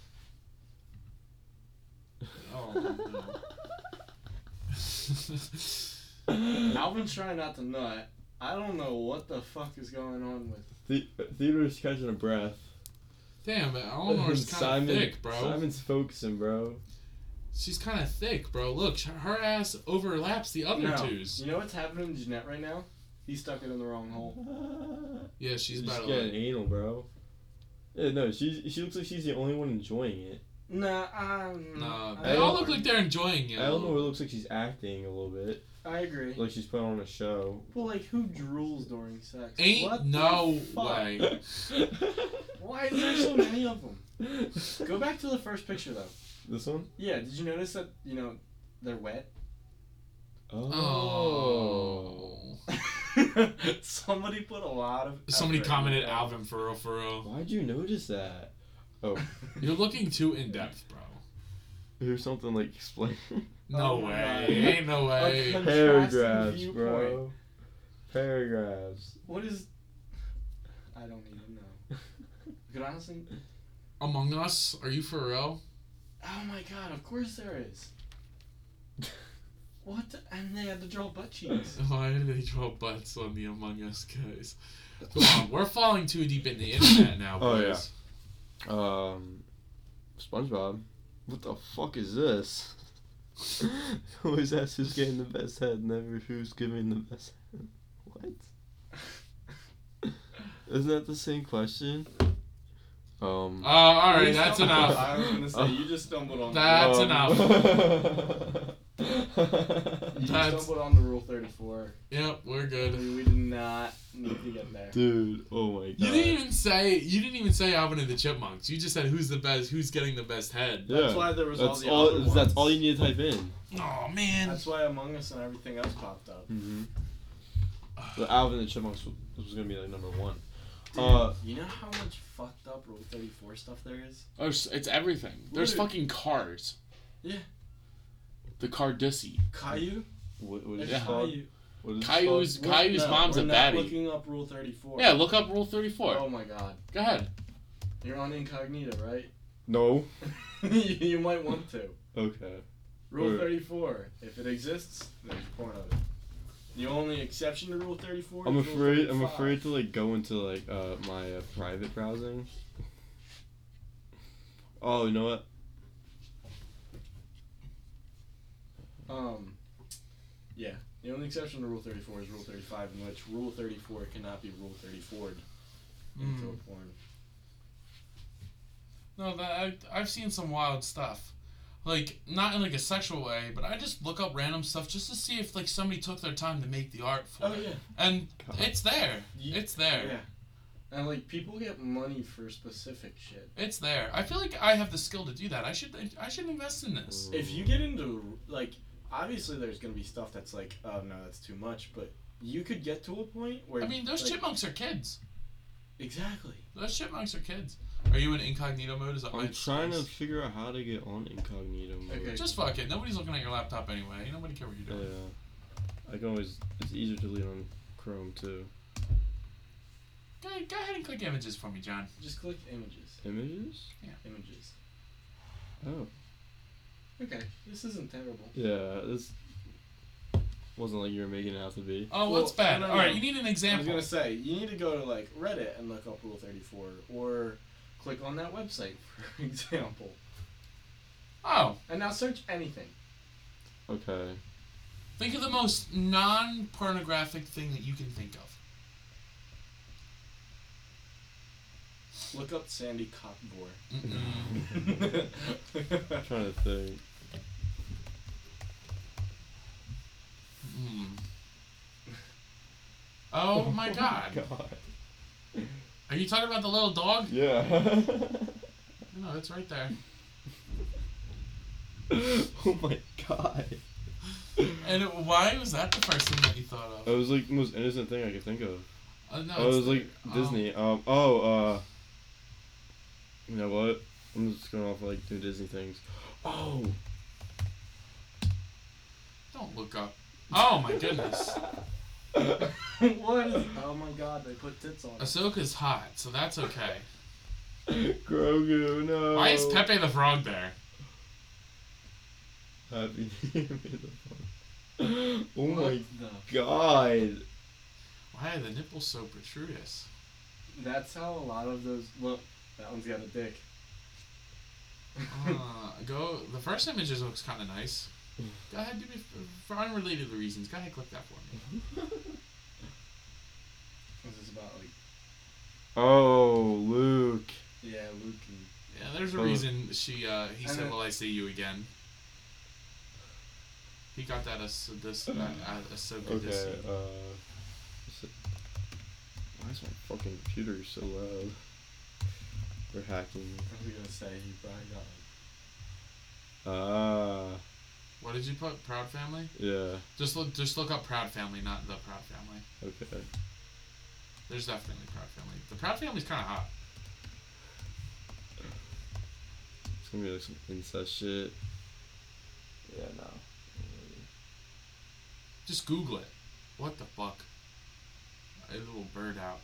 Oh, no. Alvin's trying not to nut. I don't know what the fuck is going on with. the- Theodore's catching a breath. Damn, Eleanor's kind of Simon- thick, bro. Simon's focusing, bro. She's kind of thick, bro. Look, sh- her ass overlaps the other No. two's. You know what's happening to Jeanette right now? He stuck it in the wrong hole. Yeah, Oh. she's she's about to. getting like- anal, bro. Yeah, no, she she looks like she's the only one enjoying it. Nah, um, Nah, I they all Eleanor- look like they're enjoying it. Eleanor looks like she's acting a little bit, I agree. like she's putting on a show. Well, like who drools during sex? Ain't What the no fuck? way. Why is there so many of them? Go back to the first picture though. This one? Yeah, did you notice that you know they're wet? Oh. Somebody put a lot of. Somebody effort commented into Alvin for real, for real. Why'd you notice that? Oh. that. You're looking too in depth, bro. There's something like explain. No Oh my way. God. Ain't no way. Okay. Paragraphs, Contrasting bro. Paragraphs. what is? I don't even know. Could honestly. Among Us? Are you for real? Oh my god! Of course there is. What? The, and they had to draw butt cheeks. Why do they draw butts on the Among Us guys? Come on, we're falling too deep in the internet now, Oh, boys. yeah. Um, SpongeBob. What the fuck is this? Always ask who's getting the best head, never who's giving the best head. What? Isn't that the same question? Um. Uh, all right, that's enough. I was gonna say you just stumbled on. That- um, That's you enough. that's- stumbled on the rule thirty-four. Yep, we're I good. mean, we did not need to get there. Dude, oh my god. You didn't even say you didn't even say Alvin and the Chipmunks. You just said who's the best, who's getting the best head. yeah. That's why there was all That's the all. other ones. that's all you need to type in. Oh man. That's why Among Us and everything else popped up. Mm-hmm. The Alvin and the Chipmunks was, was gonna be like number one. Uh, you know how much fucked up Rule 34 stuff there is? Oh, it's it's everything. There's Dude. fucking cars. Yeah. The Cardissi. Caillou? what, what is It's it called? Caillou. What is it Caillou's- called? We're- Caillou's mom's we're a not baddie. looking up Rule 34. Yeah, look up Rule 34. Oh my god. Go ahead. You're on incognito, right? No. you you might want to. Okay. Rule Wait. 34. If it exists, there's porn of it. The only exception to Rule 34 I'm is Rule afraid. I'm 35. afraid to like go into like uh my uh, private browsing. Oh, you know what? Um, yeah. The only exception to Rule 34 is Rule 35, in which Rule 34 cannot be Rule 34'd into Mm. a porn. No, that I, I've seen some wild stuff. Like not in like a sexual way, but I just look up random stuff just to see if like somebody took their time to make the art for Oh it. yeah, And God. it's there. Ye- It's there. yeah. And like people get money for specific shit. It's there. I feel like I have the skill to do that. I should I should invest in this. If you get into like, obviously there's gonna be stuff that's like, oh no, that's too much. But you could get to a point where I mean, those like, chipmunks are kids. Exactly. Those chipmunks are kids. Are you in incognito mode? Is that I'm white trying to space? figure out how to get on incognito mode. Okay. Just fuck it. Nobody's looking at your laptop anyway. Nobody care what you're Yeah. doing. I can always. It's easier to lead on Chrome too. Go, go ahead and click images for me, John. Just click images. Images? Images. Oh. Okay, this isn't terrible. Yeah. This wasn't like you were making it out to be. Oh, Well, what's bad? no, no, All right, no. you need an I was example. gonna say you need to go to like Reddit and look up Rule Thirty Four, or click on that website for example. Oh, And now search anything. Okay. think of the most non-pornographic thing that you can think of. Look up Sandy Cockbore. Mm-mm. I'm trying to think. Mm. Oh my God! God. Are you talking about the little dog? Yeah. No, it's right there. oh my god. And it- why was that the first thing that you thought That of? was like the most innocent thing I could think of. Uh, no, I it's Oh, was like there. Disney. Um. Oh. Uh. You know what? I'm just going off like doing Disney things. Oh. Oh, don't look up. Oh my goodness! what is? Oh my god, they put tits on. it. Ahsoka's hot, so that's okay. Grogu, no. Why is Pepe the Frog there? Happy New Year, may the fourth- Oh my What the- god. Why are the nipples so protrudous? That's how a lot of those look. That one's got a dick. Ah. Uh, go. The first image just looks kind of nice. Go ahead, do me for unrelated reasons. Go ahead, click that for me. this is about like Oh, Luke. yeah, Luke and Yeah, there's a Oh. reason she. Uh, he And said, then- "Will I see you again?" He got that as this that uh, Ahsoka dis- Okay, uh. is it- Why is my fucking computer so loud? They're hacking. me. I was gonna say he probably got like Ah, What did you put? Proud family. yeah, Just look. Just look up Proud Family, not the Proud Family. okay. There's definitely Proud Family. The Proud Family's kind of hot. It's gonna be like some incest shit. Yeah, no. Just Google it. What the fuck? A little bird out.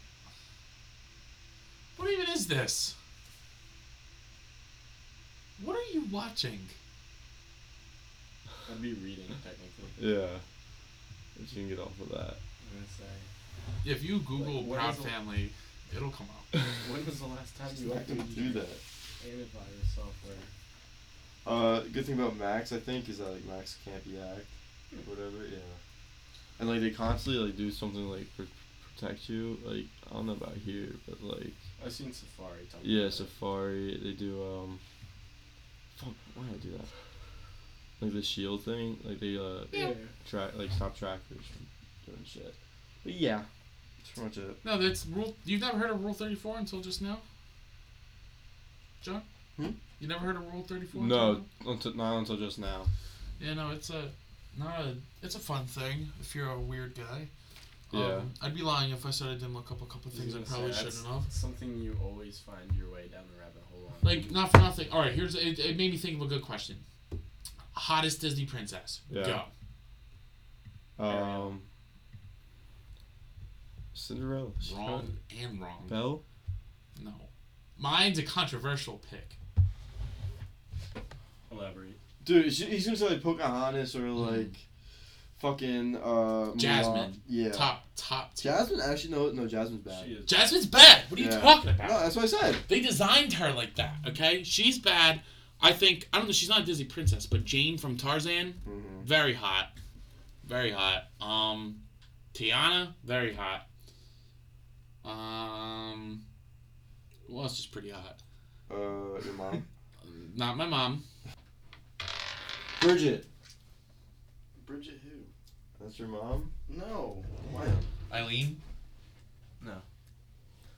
What even is this? What are you watching? I'd be reading technically. Yeah. But you can get off of that. I'm gonna say. If you Google Like, what Proud is a- Family, it'll come up. When was the last time Just you not gonna actually do that. antivirus software? Uh, good thing about Max, I think, is that like Max can't be hacked, or whatever. Yeah. And like they constantly like do something like pr- protect you. Like I don't know about here, but like I've seen Safari talk. yeah, about Safari they do um. Fuck, why did I do that? Like the shield thing, like they uh it. Yeah. track like stop trackers from doing shit. But yeah, that's pretty much it. No, that's rule. You've never heard of Rule Thirty Four until just now, John. Hmm? You never heard of Rule Thirty Four? No, until, not until just now. Yeah, no, it's a not a. It's a fun thing if you're a weird guy. Yeah. Um, I'd be lying if I said I didn't look up a couple I was things I gonna probably say, shouldn't that's have. Something you always find your way down the rabbit hole on. Like not for nothing. All right, here's it. It made me think of a good question. Hottest Disney princess. Yeah. Go. Ariel. Um. Cinderella. She Wrong and wrong. Belle? No. Mine's a controversial pick. elaborate. Dude, is she- he's gonna say like Pocahontas or like fucking uh Jasmine. Mulan. Yeah. Top top. tier. Jasmine actually no no Jasmine's bad. She is. Jasmine's bad. What are you Yeah. talking No, about? that's what I said. They designed her like that, okay? She's bad. I think I don't know. She's not a Disney princess, but Jane from Tarzan, Mm-hmm. very hot, very hot. Um, Tiana, very hot. Um, who else is pretty hot? Uh, your mom. Not my mom. Bridget. Bridget who? That's your mom. No. Why? Eileen.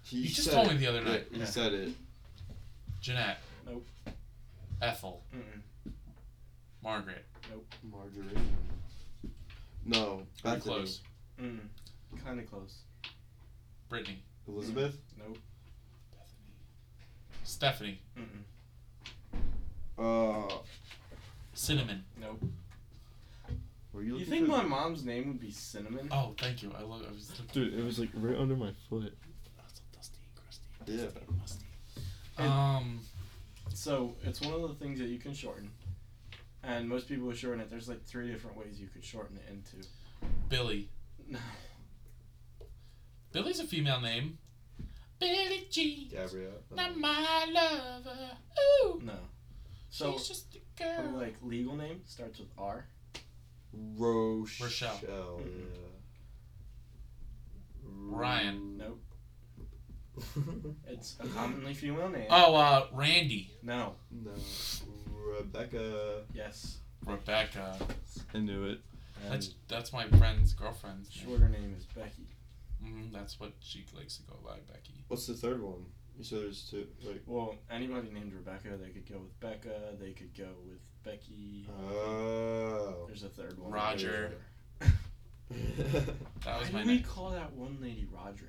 He You just said told it. me the other Yeah, night. He Yeah. said it. Jeanette. Nope. Ethel. Mm-mm. Margaret. Margarine. No. Very Bethany. close. Mm. Kind of close. Brittany. Elizabeth. Nope. Stephanie. Mm-mm. Uh, Cinnamon. Nope. were you? You looking think for- my mom's name would be Cinnamon? Oh, thank you. I love. I was looking. Dude, it was like right under my foot. That's a dusty, crusty. Yeah. Musty. Um. So it's one of the things that you can shorten, and most people will shorten it. There's like three different ways you could shorten it into. Billy. No. Billy's a female name. Billy Jean. Gabrielle. Not my lover. Ooh. No. So oh, she's just a her, girl. like legal name starts with R. Rochelle. Rochelle. yeah. Mm-hmm. Ryan. Nope. It's a commonly female name. Oh, uh, Randy. No. no. Rebecca. Yes. Rebecca. I knew it. And That's that's my friend's girlfriend's name. shorter name is Becky. hmm that's what she likes to go by, Becky. What's the third one? You said there's two. Like. Well, anybody named Rebecca, they could go with Becca. They could go with Becky. Oh. There's a third one. Roger. That Why was do my we name. call that one lady Roderick?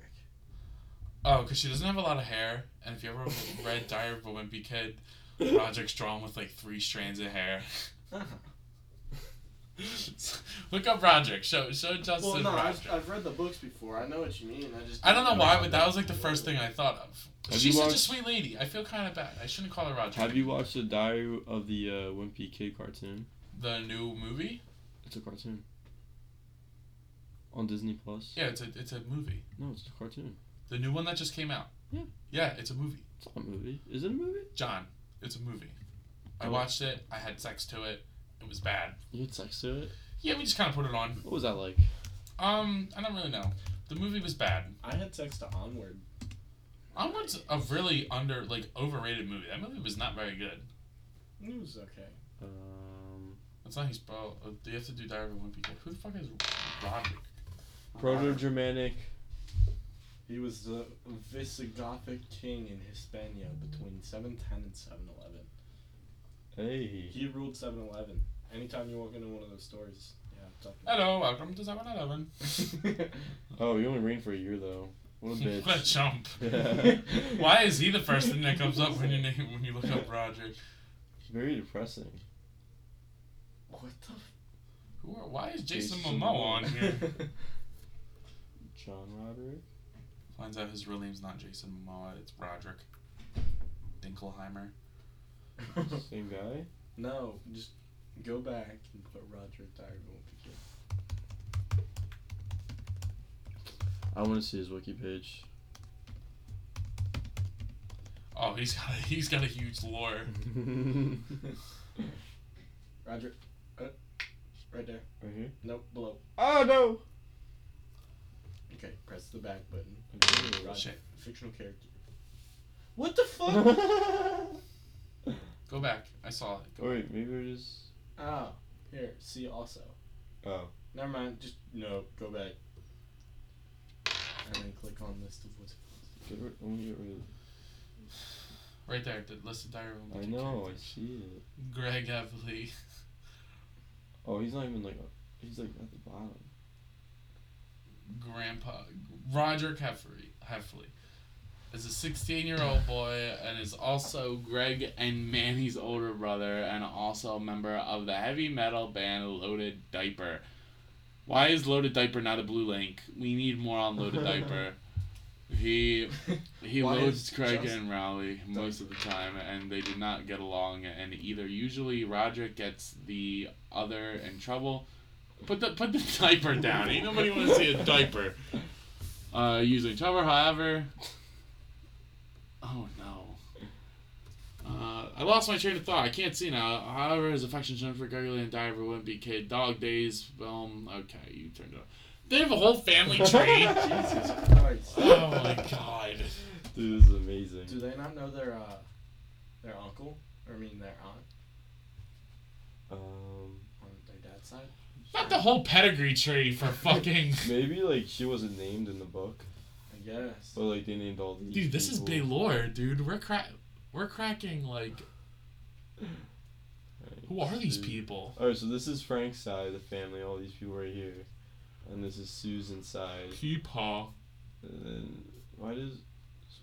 Oh, because she doesn't have a lot of hair. And if you ever read Diary of a Wimpy Kid, Roderick's drawn with like three strands of hair. Uh-huh. Look up Roderick. Show show Justin Well, no, I've, Roderick. I've read the books before. I know what you mean. I just I don't know didn't why, but that was like the first thing I thought of. Have She's you such a watched- sweet lady. I feel kind of bad. I shouldn't call her Roderick. Have you watched the Diary of the uh, Wimpy Kid cartoon? the new movie? It's a cartoon. On Disney Plus. Yeah, it's a it's a movie. No, it's a cartoon. The new one that just came out. Yeah. Yeah, it's a movie. It's not a movie. Is it a movie? John, it's a movie. I Oh. watched it. I had sex to it. It was bad. You had sex to it. Yeah, we just kind of put it on. What was that like? Um, I don't really know. The movie was bad. I had sex to Onward. Onward's a really under like overrated movie. That movie was not very good. It was okay. Um, That's not his bro. uh, Do you have to do Diary of a Wimpy Kid? Who the fuck is Roderick? Proto-Germanic. Uh, He was the Visigothic king in Hispania between 710 and 711. Hey. He ruled 711. Anytime you walk into one of those stores, yeah, it's up. Hello, welcome to 7-Eleven. Oh, you only reigned for a year though. What a what a bitch. chump. Why is he the first thing that comes up when you name when you look up Roderick? Very depressing. what the? F- Who are, why is Jason, Jason Momoa on here? John Roderick. Finds out his real name's not Jason Momoa, it's Roderick. Dinkelheimer. Same guy. no, just go back and put Roger Diary of a Wimpy Kid. I want to see his wiki page. Oh, he's got a, he's got a huge lore. right Roger, uh, right there. here. Nope, below. Oh no. Okay, press the back button. Okay. Roger, Shit. fictional character. What the fuck? oh Go back. I saw it. Go wait, maybe we're just. oh, here. See also. Oh. Never mind. Just no. Go back. And then click on list of what's. Get rid, let me get rid of. Right there, the list of Diary of a Wimpy I Kid know. I characters. see it. Greg Everly. Oh, he's not even like. up- He's like at the bottom. grandpa Roger Heffley Heffley is a 16 year old boy and is also Greg and Manny's older brother, and also a member of the heavy metal band Loaded Diaper. Why is Loaded Diaper not a blue link? We need more on Loaded Diaper. He he Why loathes is Craig just and Rowley most of the time, and they do not get along. And either usually Roger gets the other in trouble. Put the put the diaper down. Ain't nobody want to see a diaper. Uh, usually trouble. However, oh no. Uh, I lost my train of thought. I can't see now. However, his affection shown for Gregory and Diver wouldn't be kid. Dog days film. Okay, you turned it off. They have a whole family tree. Jesus Christ. oh my god Dude, this is amazing. Do they not know their uh, their uncle? Or I mean their aunt Um, on their dad's side? not the whole pedigree tree for fucking maybe like she wasn't named in the book, I guess. but like they named all these. dude this is big people. lore dude we're cra- we're cracking like who are these people All right, so this is Frank's side of the family. All these people right here, and this is Susan's side. people And then why does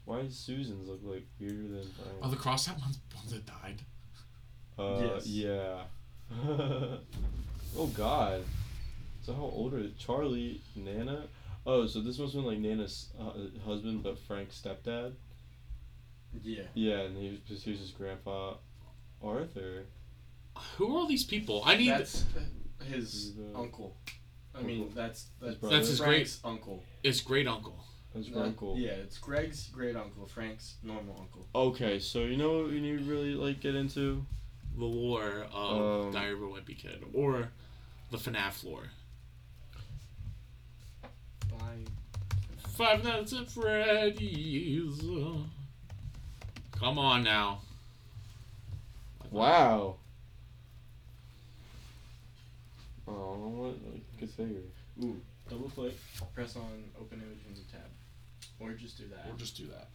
why does Susan's look like weirder than oh Frank? the cross out ones ones that died Uh, Yes. yeah. oh God. So how old are Charlie, Nana? Oh, so this must have been like Nana's uh, husband, but Frank's stepdad. Yeah. Yeah, and he was, he was his grandpa, Arthur. Who are all these people? I need. That's uh, his The- uncle. I mean, that's that's, brother? That's his Frank's uncle. it's great uncle. His Not- uncle. Yeah, it's Greg's great uncle, Frank's normal uncle. Okay, so you know what you need to really like get into? the lore of Um, Diary of a Wimpy Kid or the FNAF lore. Why? Five Nights at Freddy's. Come on now. Wow. Oh, what like, good figure. Ooh, double click, press on open image in the tab, or just do that. we'll just do that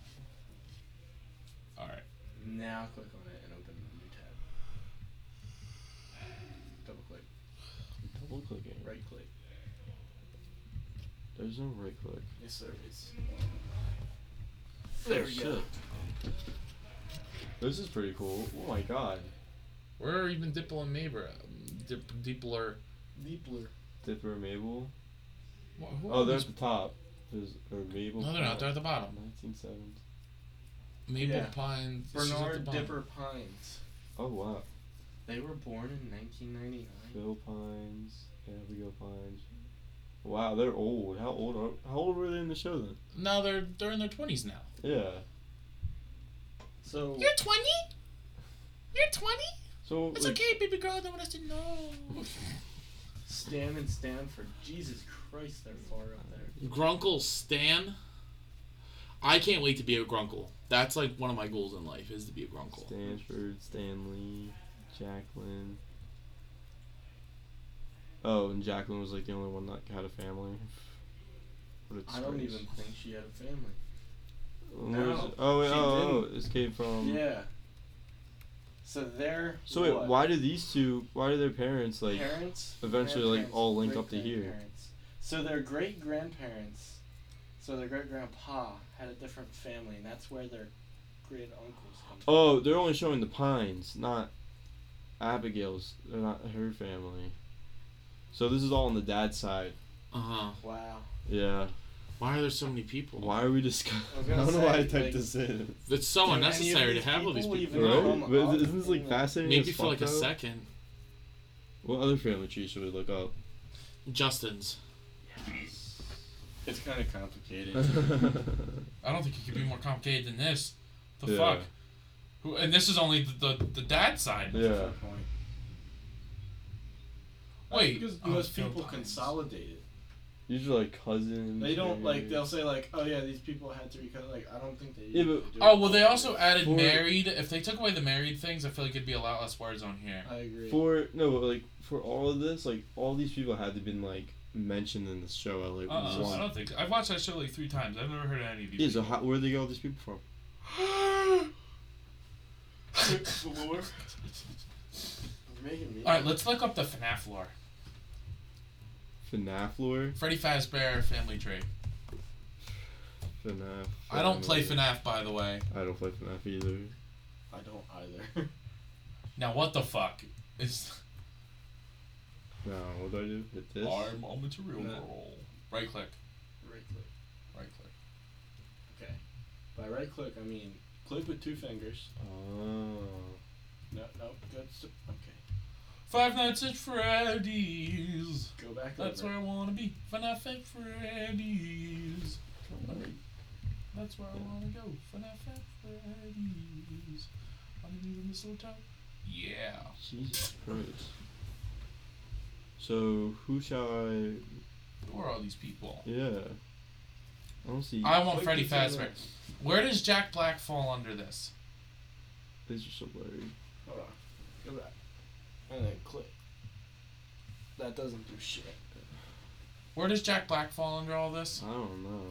all right Now click on it and open a new tab. Double click, Double clicking. right click. There's no right click. Yes, there is. Oh, shit. This is pretty cool. Oh my god. where are even Dipple and Mabra Dip, Dippler Deepler. Dipper and Mabel. Wha- who Oh, are they're at these- the top. There's or Mabel. No, they're not. They're at the bottom. 1970s. Maple Yeah. Pine. this is at the Bernard bottom. Dipper Pines. Oh wow. They were born in 1999. Bill Pines. Abigail Pines. Wow, they're old. How old are how old were they in the show then? No, they're they're in their twenties now. Yeah. So twenty. You're twenty. So like, baby girl. They want us to know. Stan and Stanford. Jesus Christ, they're far up there. Grunkle Stan. I can't wait to be a Grunkle. That's like one of my goals in life is to be a Grunkle. Stanford, Stanley, Jacqueline. Oh, and Jacqueline was like the only one that had a family. What a I don't disgrace. even think she had a family. Where was No, it? Oh, wait, she oh, oh, this came from. yeah. So they're. So wait, what? why do these two? Why do their parents like? parents eventually, like, grandparents, all link up to here. great-grandparents. So their great grandparents, so their great grandpa had a different family, and that's where their great uncles come. from. Oh, they're only showing the Pines, not Abigail's. They're not her family. So this is all on the dad's side. Uh huh. Wow. Yeah. Why are there so many people? Why are we discussing? I was I gonna don't know why I say, typed like- this in. That's so Do any of unnecessary to these have all these people people. even- Right? Right? But isn't this like Yeah. fascinating? Make as you feel fuck, like a though? second. What other family tree should we look up? Justin's. It's kind of complicated. I don't think it could be more complicated than this. The Yeah. fuck. Who? And this is only the the, the dad side. yeah. Wait, because oh, most Phil people Pines. consolidate it. These are like cousins. They don't like. maybe. They'll say like, "Oh yeah, these people had three cousins." Like, I don't think they. Yeah, but- do Oh it. well, they also added For- married. If they took away the married things, I feel like it'd be a lot less words on here. I agree. For no, but like for all of this, like all these people had to been like mentioned in the show at like Uh, I one. don't think I've watched that show like three times. I've never heard of any of Yeah, these. so how, where they get all these people from? All You're making me. right, let's look up the FNAF lore. FNAF lore. Freddy Fazbear Family Tree. FNAF. I don't play family. FNAF, by the way. I don't play FNAF either. I don't either. Now what the fuck? It's No, what do I do? Hit this. I'm a material No. girl. Right click. right click. Right click. Okay. By right click, I mean click with two fingers. Oh. No, no, go to, okay. Five Nights at Freddy's. Go back That's over. where I wanna be. FNAF at Freddy's. That's where I wanna go. FNAF at Freddy's. I'm gonna do the mistletoe. Yeah. Jesus Christ. So who shall I? Who are all these people? Yeah. I don't see. I want Wait, Freddy it's in Fazbear. Where does Jack Black fall under this? These are so blurry. Hold on. Go back. And then click. That doesn't do shit. Where does Jack Black fall under all this? I don't know.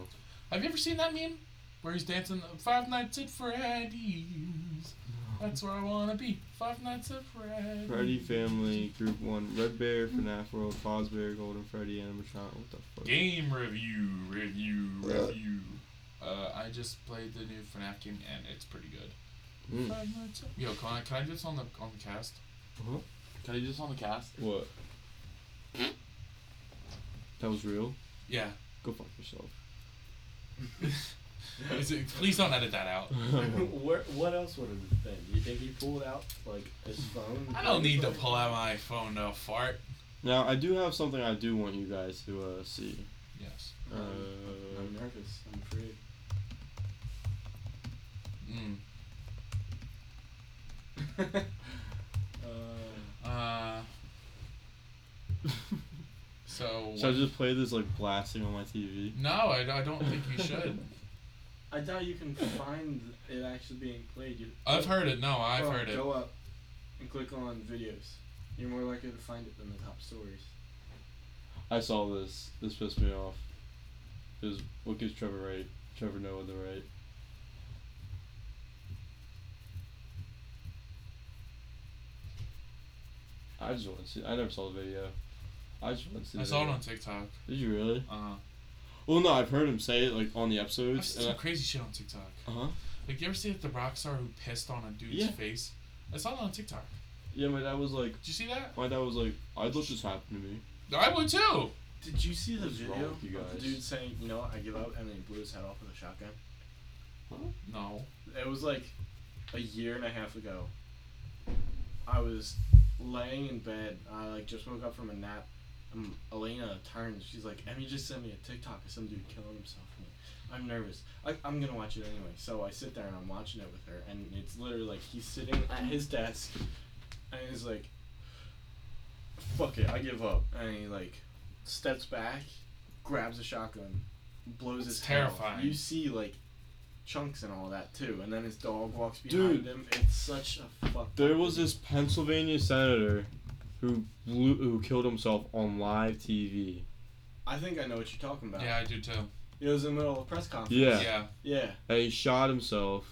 Have you ever seen that meme where he's dancing the Five Nights at Freddy's? That's where I wanna be. Five Nights at Freddy's. Freddy Family Group One, Red Bear, FNAF World, Fozbear, Golden Freddy, Animatronic. What the fuck? Game review, review, Yeah. review. Uh, I just played the new FNAF game and it's pretty good. Mm. Five Nights at- Yo, can I, can I just on the on the cast? Huh? Uh-huh. Can I just on the cast? What? That was real. Yeah. Go fuck yourself. Is it- please don't edit that out. Where, what else would it have been? You think he pulled out like his phone? I don't need to pull out my phone to fart. now I do have something I do want you guys to uh, see. Yes. Uh, I'm nervous. I'm afraid. Mm. uh, Uh, so. should I just play this like blasting on my TV? No, I, I don't think you should. I doubt you can find it actually being played. You, I've heard it. No, I've Oh, heard it. Go up and click on videos. You're more likely to find it than the top stories. I saw this. This pissed me off. It was what gives Trevor right? Trevor Noah the right. I just want to see. I never saw the video. I just want to see. I the saw it video. on TikTok. Did you really? Uh, Well, no, I've heard him say it like on the I've episodes. seen some crazy shit on TikTok. Uh huh. Like, you ever see that the rock star who pissed on a dude's Yeah. face? I saw that on TikTok. Yeah, my dad was like, Did you see that? my dad was like, I let this happen to me. I would too. Did you see the What's wrong video with you of the guys? dude saying, you know what, I give up, and then he blew his head off with a shotgun? No. It was like a year and a half ago. I was laying in bed. I like just woke up from a nap. Um, Elena turns. She's like, Emmy just sent me a TikTok of some dude killing himself. I'm, like, I'm nervous. I, I'm gonna watch it anyway. So I sit there and I'm watching it with her, and it's literally like he's sitting at his desk, and he's like, "Fuck it, I give up." And he like steps back, grabs a shotgun, blows It's his head off. terrifying. You see like chunks and all that too, and then his dog walks Dude. behind him. It's such a fuck. There was this Pennsylvania senator who blew, who killed himself on live TV. I think I know what you're talking about. Yeah, I do too. It was in the middle of a press conference. Yeah. yeah. Yeah. And he shot himself.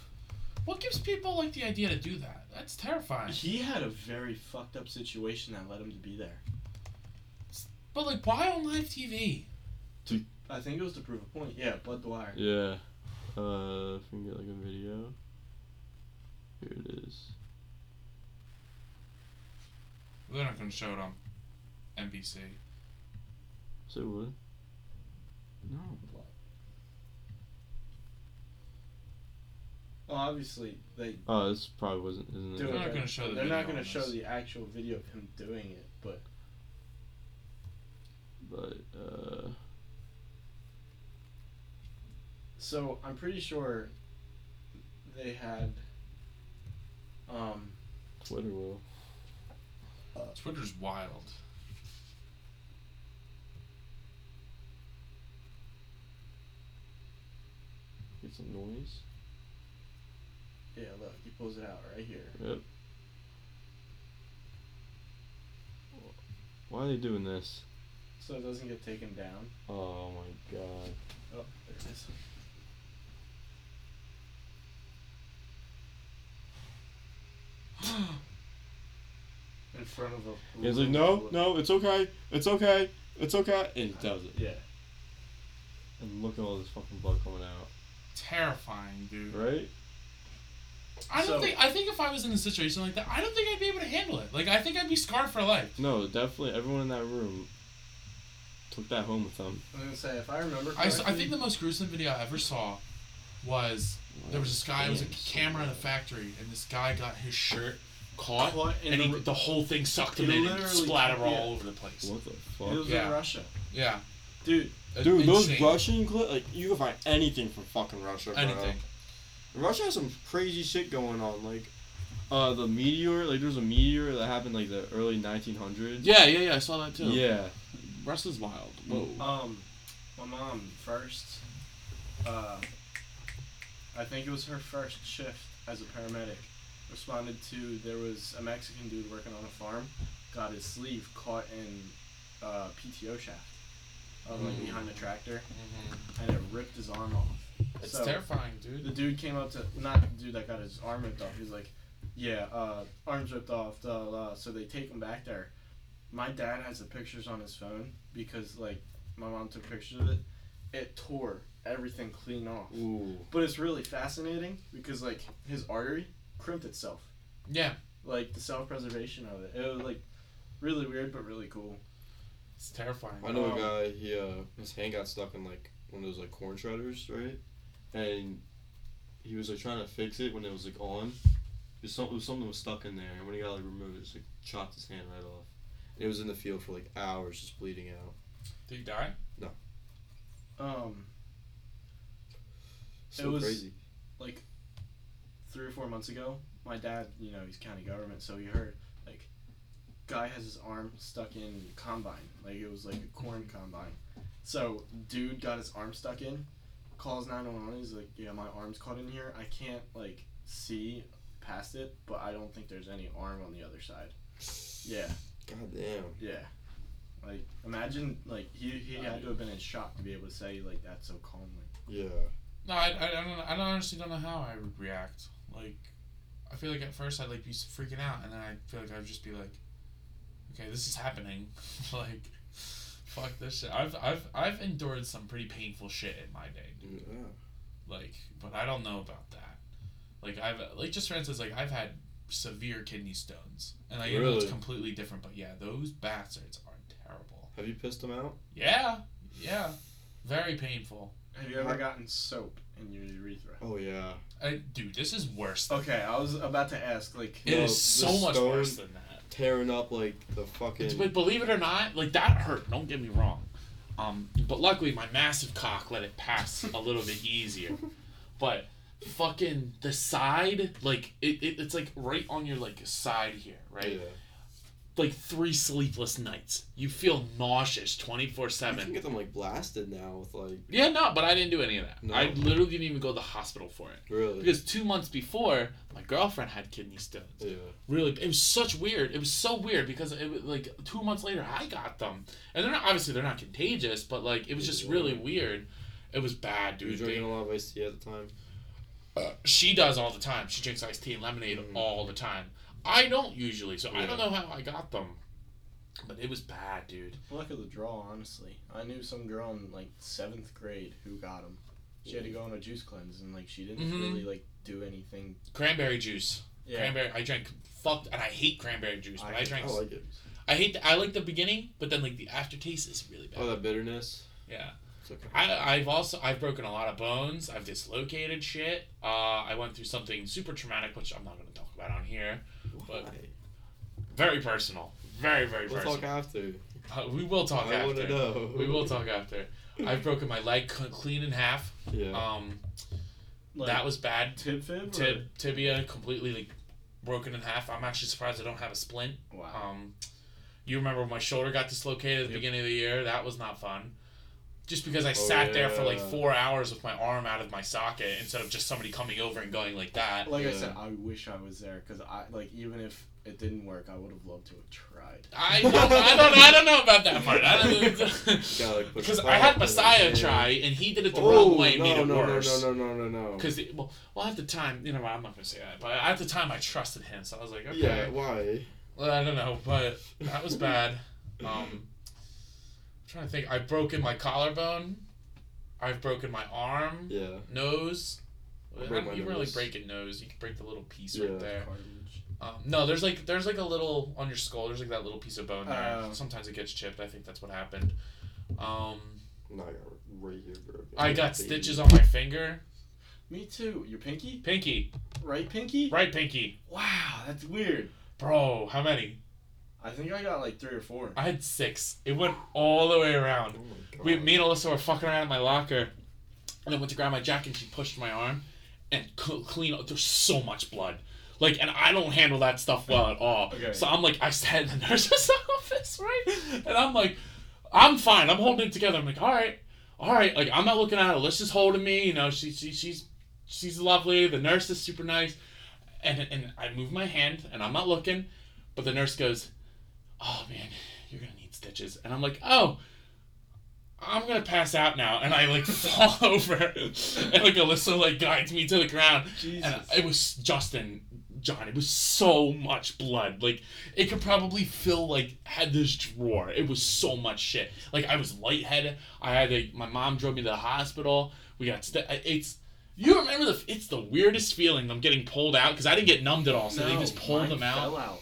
What gives people like the idea to do that? That's terrifying. He had a very fucked up situation that led him to be there. But like, why on live TV? I think it was to prove a point. Yeah, blood the wire. Yeah. Uh, if we can get like a video. Here it is. They're not gonna show it on NBC. So what? No. Well, obviously they Oh, this probably wasn't. Isn't it? do They're it. not but gonna show the They're video not gonna on show this. the actual video of him doing it, but But uh, so I'm pretty sure they had um Twitter will. Twitter's wild. Get some noise. yeah, look, he pulls it out right here. Yep. Why are they doing this? So it doesn't get taken down. Oh my god. Oh, there it is. In front of a He's like, no, no, it's okay, it's okay, it's okay, and he does it. Yeah. And look at all this fucking blood coming out, Terrifying, dude. right? I don't So- think. I think if I was in a situation like that, I don't think I'd be able to handle it. Like, I think I'd be scarred for life. No, definitely. Everyone in that room took that home with them. I'm gonna say if I remember I, correctly, s- I think the most gruesome video I ever saw was there was this guy. It was a camera in a factory, and this guy got his shirt caught, Caught in and the he, ru- the whole thing sucked him He in and literally- splattered yeah. all over the place. What the it fuck? was Yeah. in Russia, Yeah, dude. Dude, those Insane. Russian clips, like, you can find anything from fucking Russia, bro. Anything. Russia has some crazy shit going on. Like, uh, the meteor, like, there was a meteor that happened, like, the early 1900s. Yeah, yeah, yeah. I saw that too. Yeah. Mm-hmm. Russia's wild. Whoa. Um, my mom first. Uh, I think it was her first shift as a paramedic. Responded to there was a Mexican dude working on a farm, got his sleeve caught in uh, PTO shaft, of like Mm. behind a tractor, and it ripped his arm off. Mm-hmm. It's So- terrifying, The dude. dude came up to not the dude that got his arm ripped off. He's like, "Yeah, uh, arms ripped off." Da da, da." So they take him back there. My dad has the pictures on his phone because like my mom took pictures of it. It tore everything clean off. Ooh. But it's really fascinating because like his artery crimped itself. Yeah, Like the self preservation of it. It was like really weird but really cool. it's terrifying. I know Um, a guy. He uh, his hand got stuck in like one of those like corn shredders, right? And he was like trying to fix it when it was like on. It was, some, it was something was stuck in there, and when he got like removed, it just like chopped his hand right off. And it was in the field for like hours, just bleeding out. Did he die? Um, So was- crazy. like three or four months ago, my dad, you know, he's county government, so he heard like guy has his arm stuck in combine, like it was like a corn combine. So dude got his arm stuck in, calls nine one one. He's like, yeah, my arm's caught in here. I can't like see past it, but I don't think there's any arm on the other side. Yeah, God damn. yeah. Like imagine like he he had to have been in shock to be able to say like that so calmly. Yeah. No, I, I, I don't. know- I don't honestly don't know how I would react. Like, I feel like at first I'd like be s- freaking out, and then I feel like I'd just be like, okay, this is happening. like, fuck this shit. I've I've I've endured some pretty painful shit in my day, dude. Yeah. Like, but I don't know about that. Like I've like just for instance, like I've had severe kidney stones, and like I know it's Really? completely different, but yeah, those bastards are terrible. Have you pissed him out? Yeah, yeah, very painful. Have you ever gotten soap in your urethra? Oh yeah. I, dude, this is worse. Than, Okay, I was about to ask, like, It is so No, the much stone- worse than that. Tearing up like the fucking. But believe it or not, like that hurt. Don't get me wrong. Um, but luckily my massive cock let it pass a little bit easier. But fucking the side, like it, it it's like right on your like side here, right? yeah. Like three sleepless nights. You feel nauseous twenty four You can seven. get them like blasted now with like Yeah, no, but I didn't do any of that. No. I literally didn't even go to the hospital for it. really. Because two months before, my girlfriend had kidney stones. yeah. Really, it was such weird. It was so weird because it was like two months later, I got them, and they're not obviously they're not contagious, but like it was just really weird. It was bad, You were dude. drinking They- Uh, a lot of iced tea at the time. she does all the time. She drinks iced tea and lemonade Mm. all the time. I don't usually, so I Yeah. don't know how I got them, but it was bad, dude. luck of the draw, honestly. I knew some girl in like seventh grade who got them. She had to go on a juice cleanse, and like she didn't Mhm. really like do anything. Cranberry juice, Yeah, cranberry. I drank fucked, and I hate cranberry juice, but I, I- I drank. like it. I hate. The, I like the beginning, but then like the aftertaste is really bad. Oh, that bitterness. Yeah. It's okay. I, I've also I've broken a lot of bones. I've dislocated shit. Uh, I went through something super traumatic, which I'm not going to talk about on here. But- Why? Very personal. Very very We'll personal. talk after. Uh, we will talk I want to after. know. We will talk after. I've broken my leg c- clean in half. Yeah. Um, like, that was bad. tib fib. or- Tib- tibia completely like broken in half. I'm actually surprised I don't have a splint. Wow. Um, you remember when my shoulder got dislocated at the Yep. beginning of the year? That was not fun. Just because I Oh, sat there for like yeah. four hours with my arm out of my socket instead of just somebody coming over and going like that. Like I Yeah. said, I wish I was there because I like even if it didn't work, I would have loved to have tried. I don't, I don't, I don't know about that part. I don't Gotta, like, put because the I had fire up in it, Messiah yeah. try and he did it the Oh, wrong way and no, made it no, worse. No, no, no, no, no, no. Because well, well, at the time, you know, I'm not gonna say that, but at the time, I trusted him, so I was like, okay, Yeah, why? well, I don't know, but that was bad. Um, I'm trying to think. I've broken my collarbone. I've broken my arm, Yeah. nose. I I broke my don't- you really nose. break a nose. You can break the little piece Yeah. right there. Cartilage. Um, no, there's like there's like a little on your skull. There's like that little piece of bone there. Oh. Sometimes it gets chipped. I think that's what happened. Um, No, I got right here, bro. I got stitches on my finger. Me too. Your pinky, Pinky, right pinky? right pinky. Wow, that's weird. Bro, how many? I think I got like three or four. I had six. It went all the way around. Oh my god. We, me and Alyssa were fucking around in my locker, and I went to grab my jacket, and she pushed my arm, and c- clean. There's so much blood, like, and I don't handle that stuff well at all. Okay. So I'm like, I sat in the nurse's office, right? And I'm like, I'm fine. I'm holding it together. I'm like, all right, all right. Like, I'm not looking at her. Alyssa's holding me. You know, she, she she's she's lovely. The nurse is super nice, and and I move my hand, and I'm not looking, but the nurse goes, oh man, you're gonna need stitches, and I'm like, oh. I'm gonna pass out now, and I like fall over, and like Alyssa like guides me to the ground, Jesus. and it was Justin, John. It was so much blood, like it could probably fill like had this drawer. It was so much shit. Like I was lightheaded. I had to, my mom drove me to the hospital. We got st- it's. You remember the? It's the weirdest feeling. I'm getting pulled out because I didn't get numbed at all, so they No, just pulled mine them out. fell out.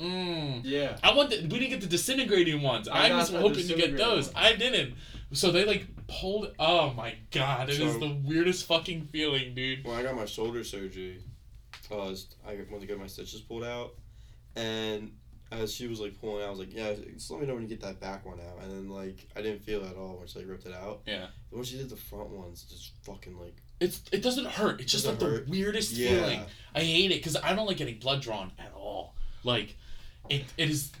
Mm. Yeah. I want. The, we didn't get the disintegrating ones. I I, got was the hoping to get disintegrating those. ones. I didn't. So they like pulled. Oh my god! It was So- the weirdest fucking feeling, dude. when I got my shoulder surgery, Uh, I was I went to get my stitches pulled out, and as she was like pulling out, I was like, "Yeah, just let me know when you get that back one out." And then like I didn't feel it at all when she like ripped it out. Yeah. And when she did the front ones, just fucking like It's it doesn't hurt. It's just like Doesn't hurt. the weirdest yeah, feeling. I hate it because I don't like getting blood drawn at all. Like, it it is.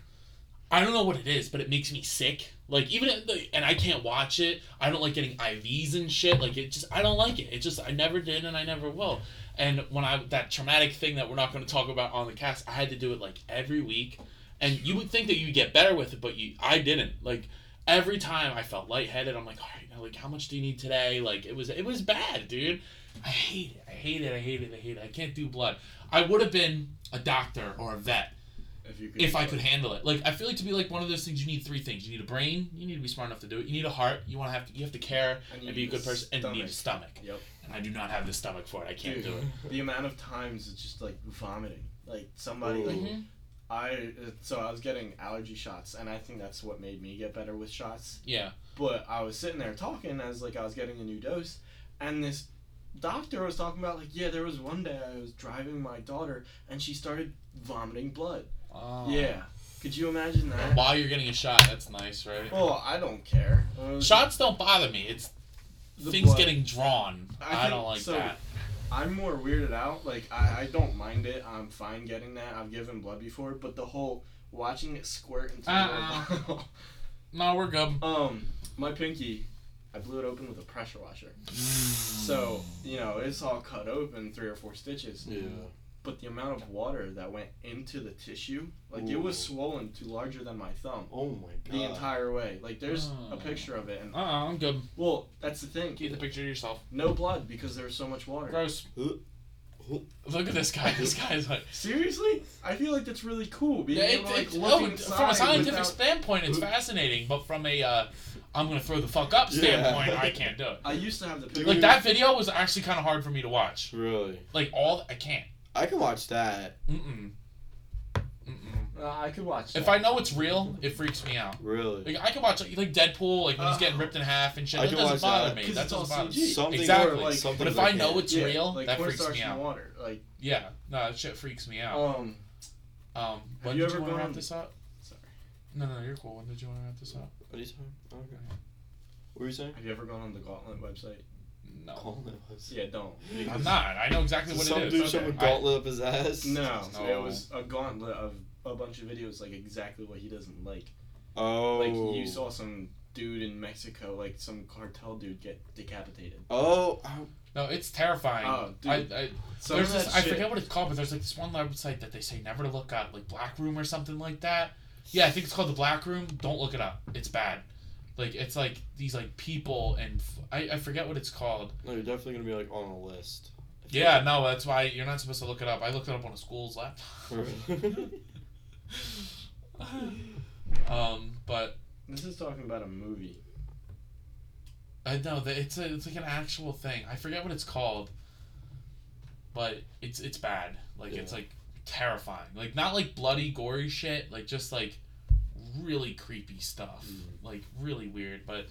I don't know what it is, but it makes me sick. Like even at the, and I can't watch it. I don't like getting IVs and shit. Like it just I don't like it. It just I never did and I never will. And when I that traumatic thing that we're not going to talk about on the cast, I had to do it like every week. And you would think that you'd get better with it, but you I didn't. Like every time I felt lightheaded, I'm like, all right, now like how much do you need today? Like it was it was bad, dude. I hate it. I hate it. I hate it. I hate it. I can't do blood. I would have been a doctor or a vet If you could. if I could handle it. Like I feel like to be like one of those things, you need three things. You need a brain. You need to be smart enough to do it. You need a heart. You want to have to, you have to care And and, you be a need a good person, and you need a stomach. Yep. And I do not have the stomach for it. I can't Dude. do it. The amount of times it's just like vomiting. Like somebody, like Ooh. Mhm. I uh, so I was getting allergy shots, and I think that's what made me get better with shots. Yeah. But I was sitting there talking as like I was getting a new dose, and this doctor was talking about like yeah, there was one day I was driving my daughter and she started vomiting blood. Oh. Yeah, could you imagine that? While you're getting a shot, that's nice, right? Well, I don't care. It was- Shots don't bother me. It's The things blood. getting drawn. I I, think- don't like so- that. I'm more weirded out. Like I, I don't mind it. I'm fine getting that. I've given blood before, but the whole watching it squirt into Uh-uh. the bottle. No, we're good. Um, my pinky, I blew it open with a pressure washer. Mm. So you know it's all cut open, three or four stitches. Yeah. But the amount of water that went into the tissue, like it was Ooh. swollen to larger than my thumb Oh my god. the entire way. Like there's Oh. a picture of it, and Uh, uh I'm good. well, that's the thing. Get the picture yourself. No blood because there was so much water. Gross. Look at this guy. This guy's like. Seriously, I feel like that's really cool. Being Yeah, it, able to, like it- look no, inside from a scientific without- standpoint, it's fascinating, but from a uh, I'm gonna throw the fuck up standpoint, Yeah. I can't do it. I used to have the picture. Like that video was actually kind of hard for me to watch. Really? Like all I can't. I can watch that. Mm-mm. Mm-mm. Uh, I could watch. If that. I know it's real, it freaks me out. Really. Like I can watch like, like Deadpool, like when he's getting ripped in half and shit. I That can doesn't watch bother that. me. 'Cause That it's all doesn't bother me. CG. Something Exactly. Or, But like, if something But if I know it's it's yeah, real, like that freaks cornstarch me and out. water. Like Yeah, no, that shit freaks me out. um, Um, when you did ever you want to gone- wrap this up? sorry. No, no, you're cool. When did you want to wrap this up? What are you saying? Oh, okay. What were you saying? Have you ever gone on the Gauntlet website? No, Gauntlet was. Yeah, don't. I'm not. I know exactly what Some it is. dude shoved a Okay. I- gauntlet up his ass. No, No. it was a gauntlet of a bunch of videos, like exactly what he doesn't like. Oh. Like you saw some dude in Mexico, like some cartel dude, get decapitated. Oh. I- No, it's terrifying. Oh, dude. I, I, Some there's of that this, I shit- forget what it's called, but there's like this one website that they say never to look up, like Black Room or something like that. Yeah, I think it's called the Black Room. Don't look it up. It's bad. Like it's like these like people and f- I, I forget what it's called. No, you're definitely gonna be like on a list. I feel Yeah, no, that's why you're not supposed to look it up. I looked it up on a school's laptop. like- um, but This is talking about a movie. I know that it's a, it's like an actual thing. I forget what it's called, but it's it's bad. Like it's Yeah. like terrifying. Like not like bloody gory shit. Like just like really creepy stuff. Mhm. Like really weird. But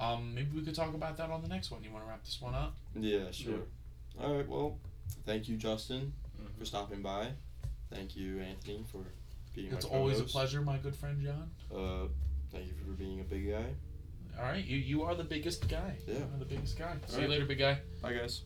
um, maybe we could talk about that on the next one. You want to wrap this one up? yeah. Sure. All right. Well, thank you, Justin, Mhm. for stopping by. Thank you, Anthony, for being. it's my always a co-host. pleasure, my good friend John. Uh, thank you for being a big guy. All right, you you are the biggest guy. Yeah. You are the biggest guy. See you right. later, big guy. Bye, guys.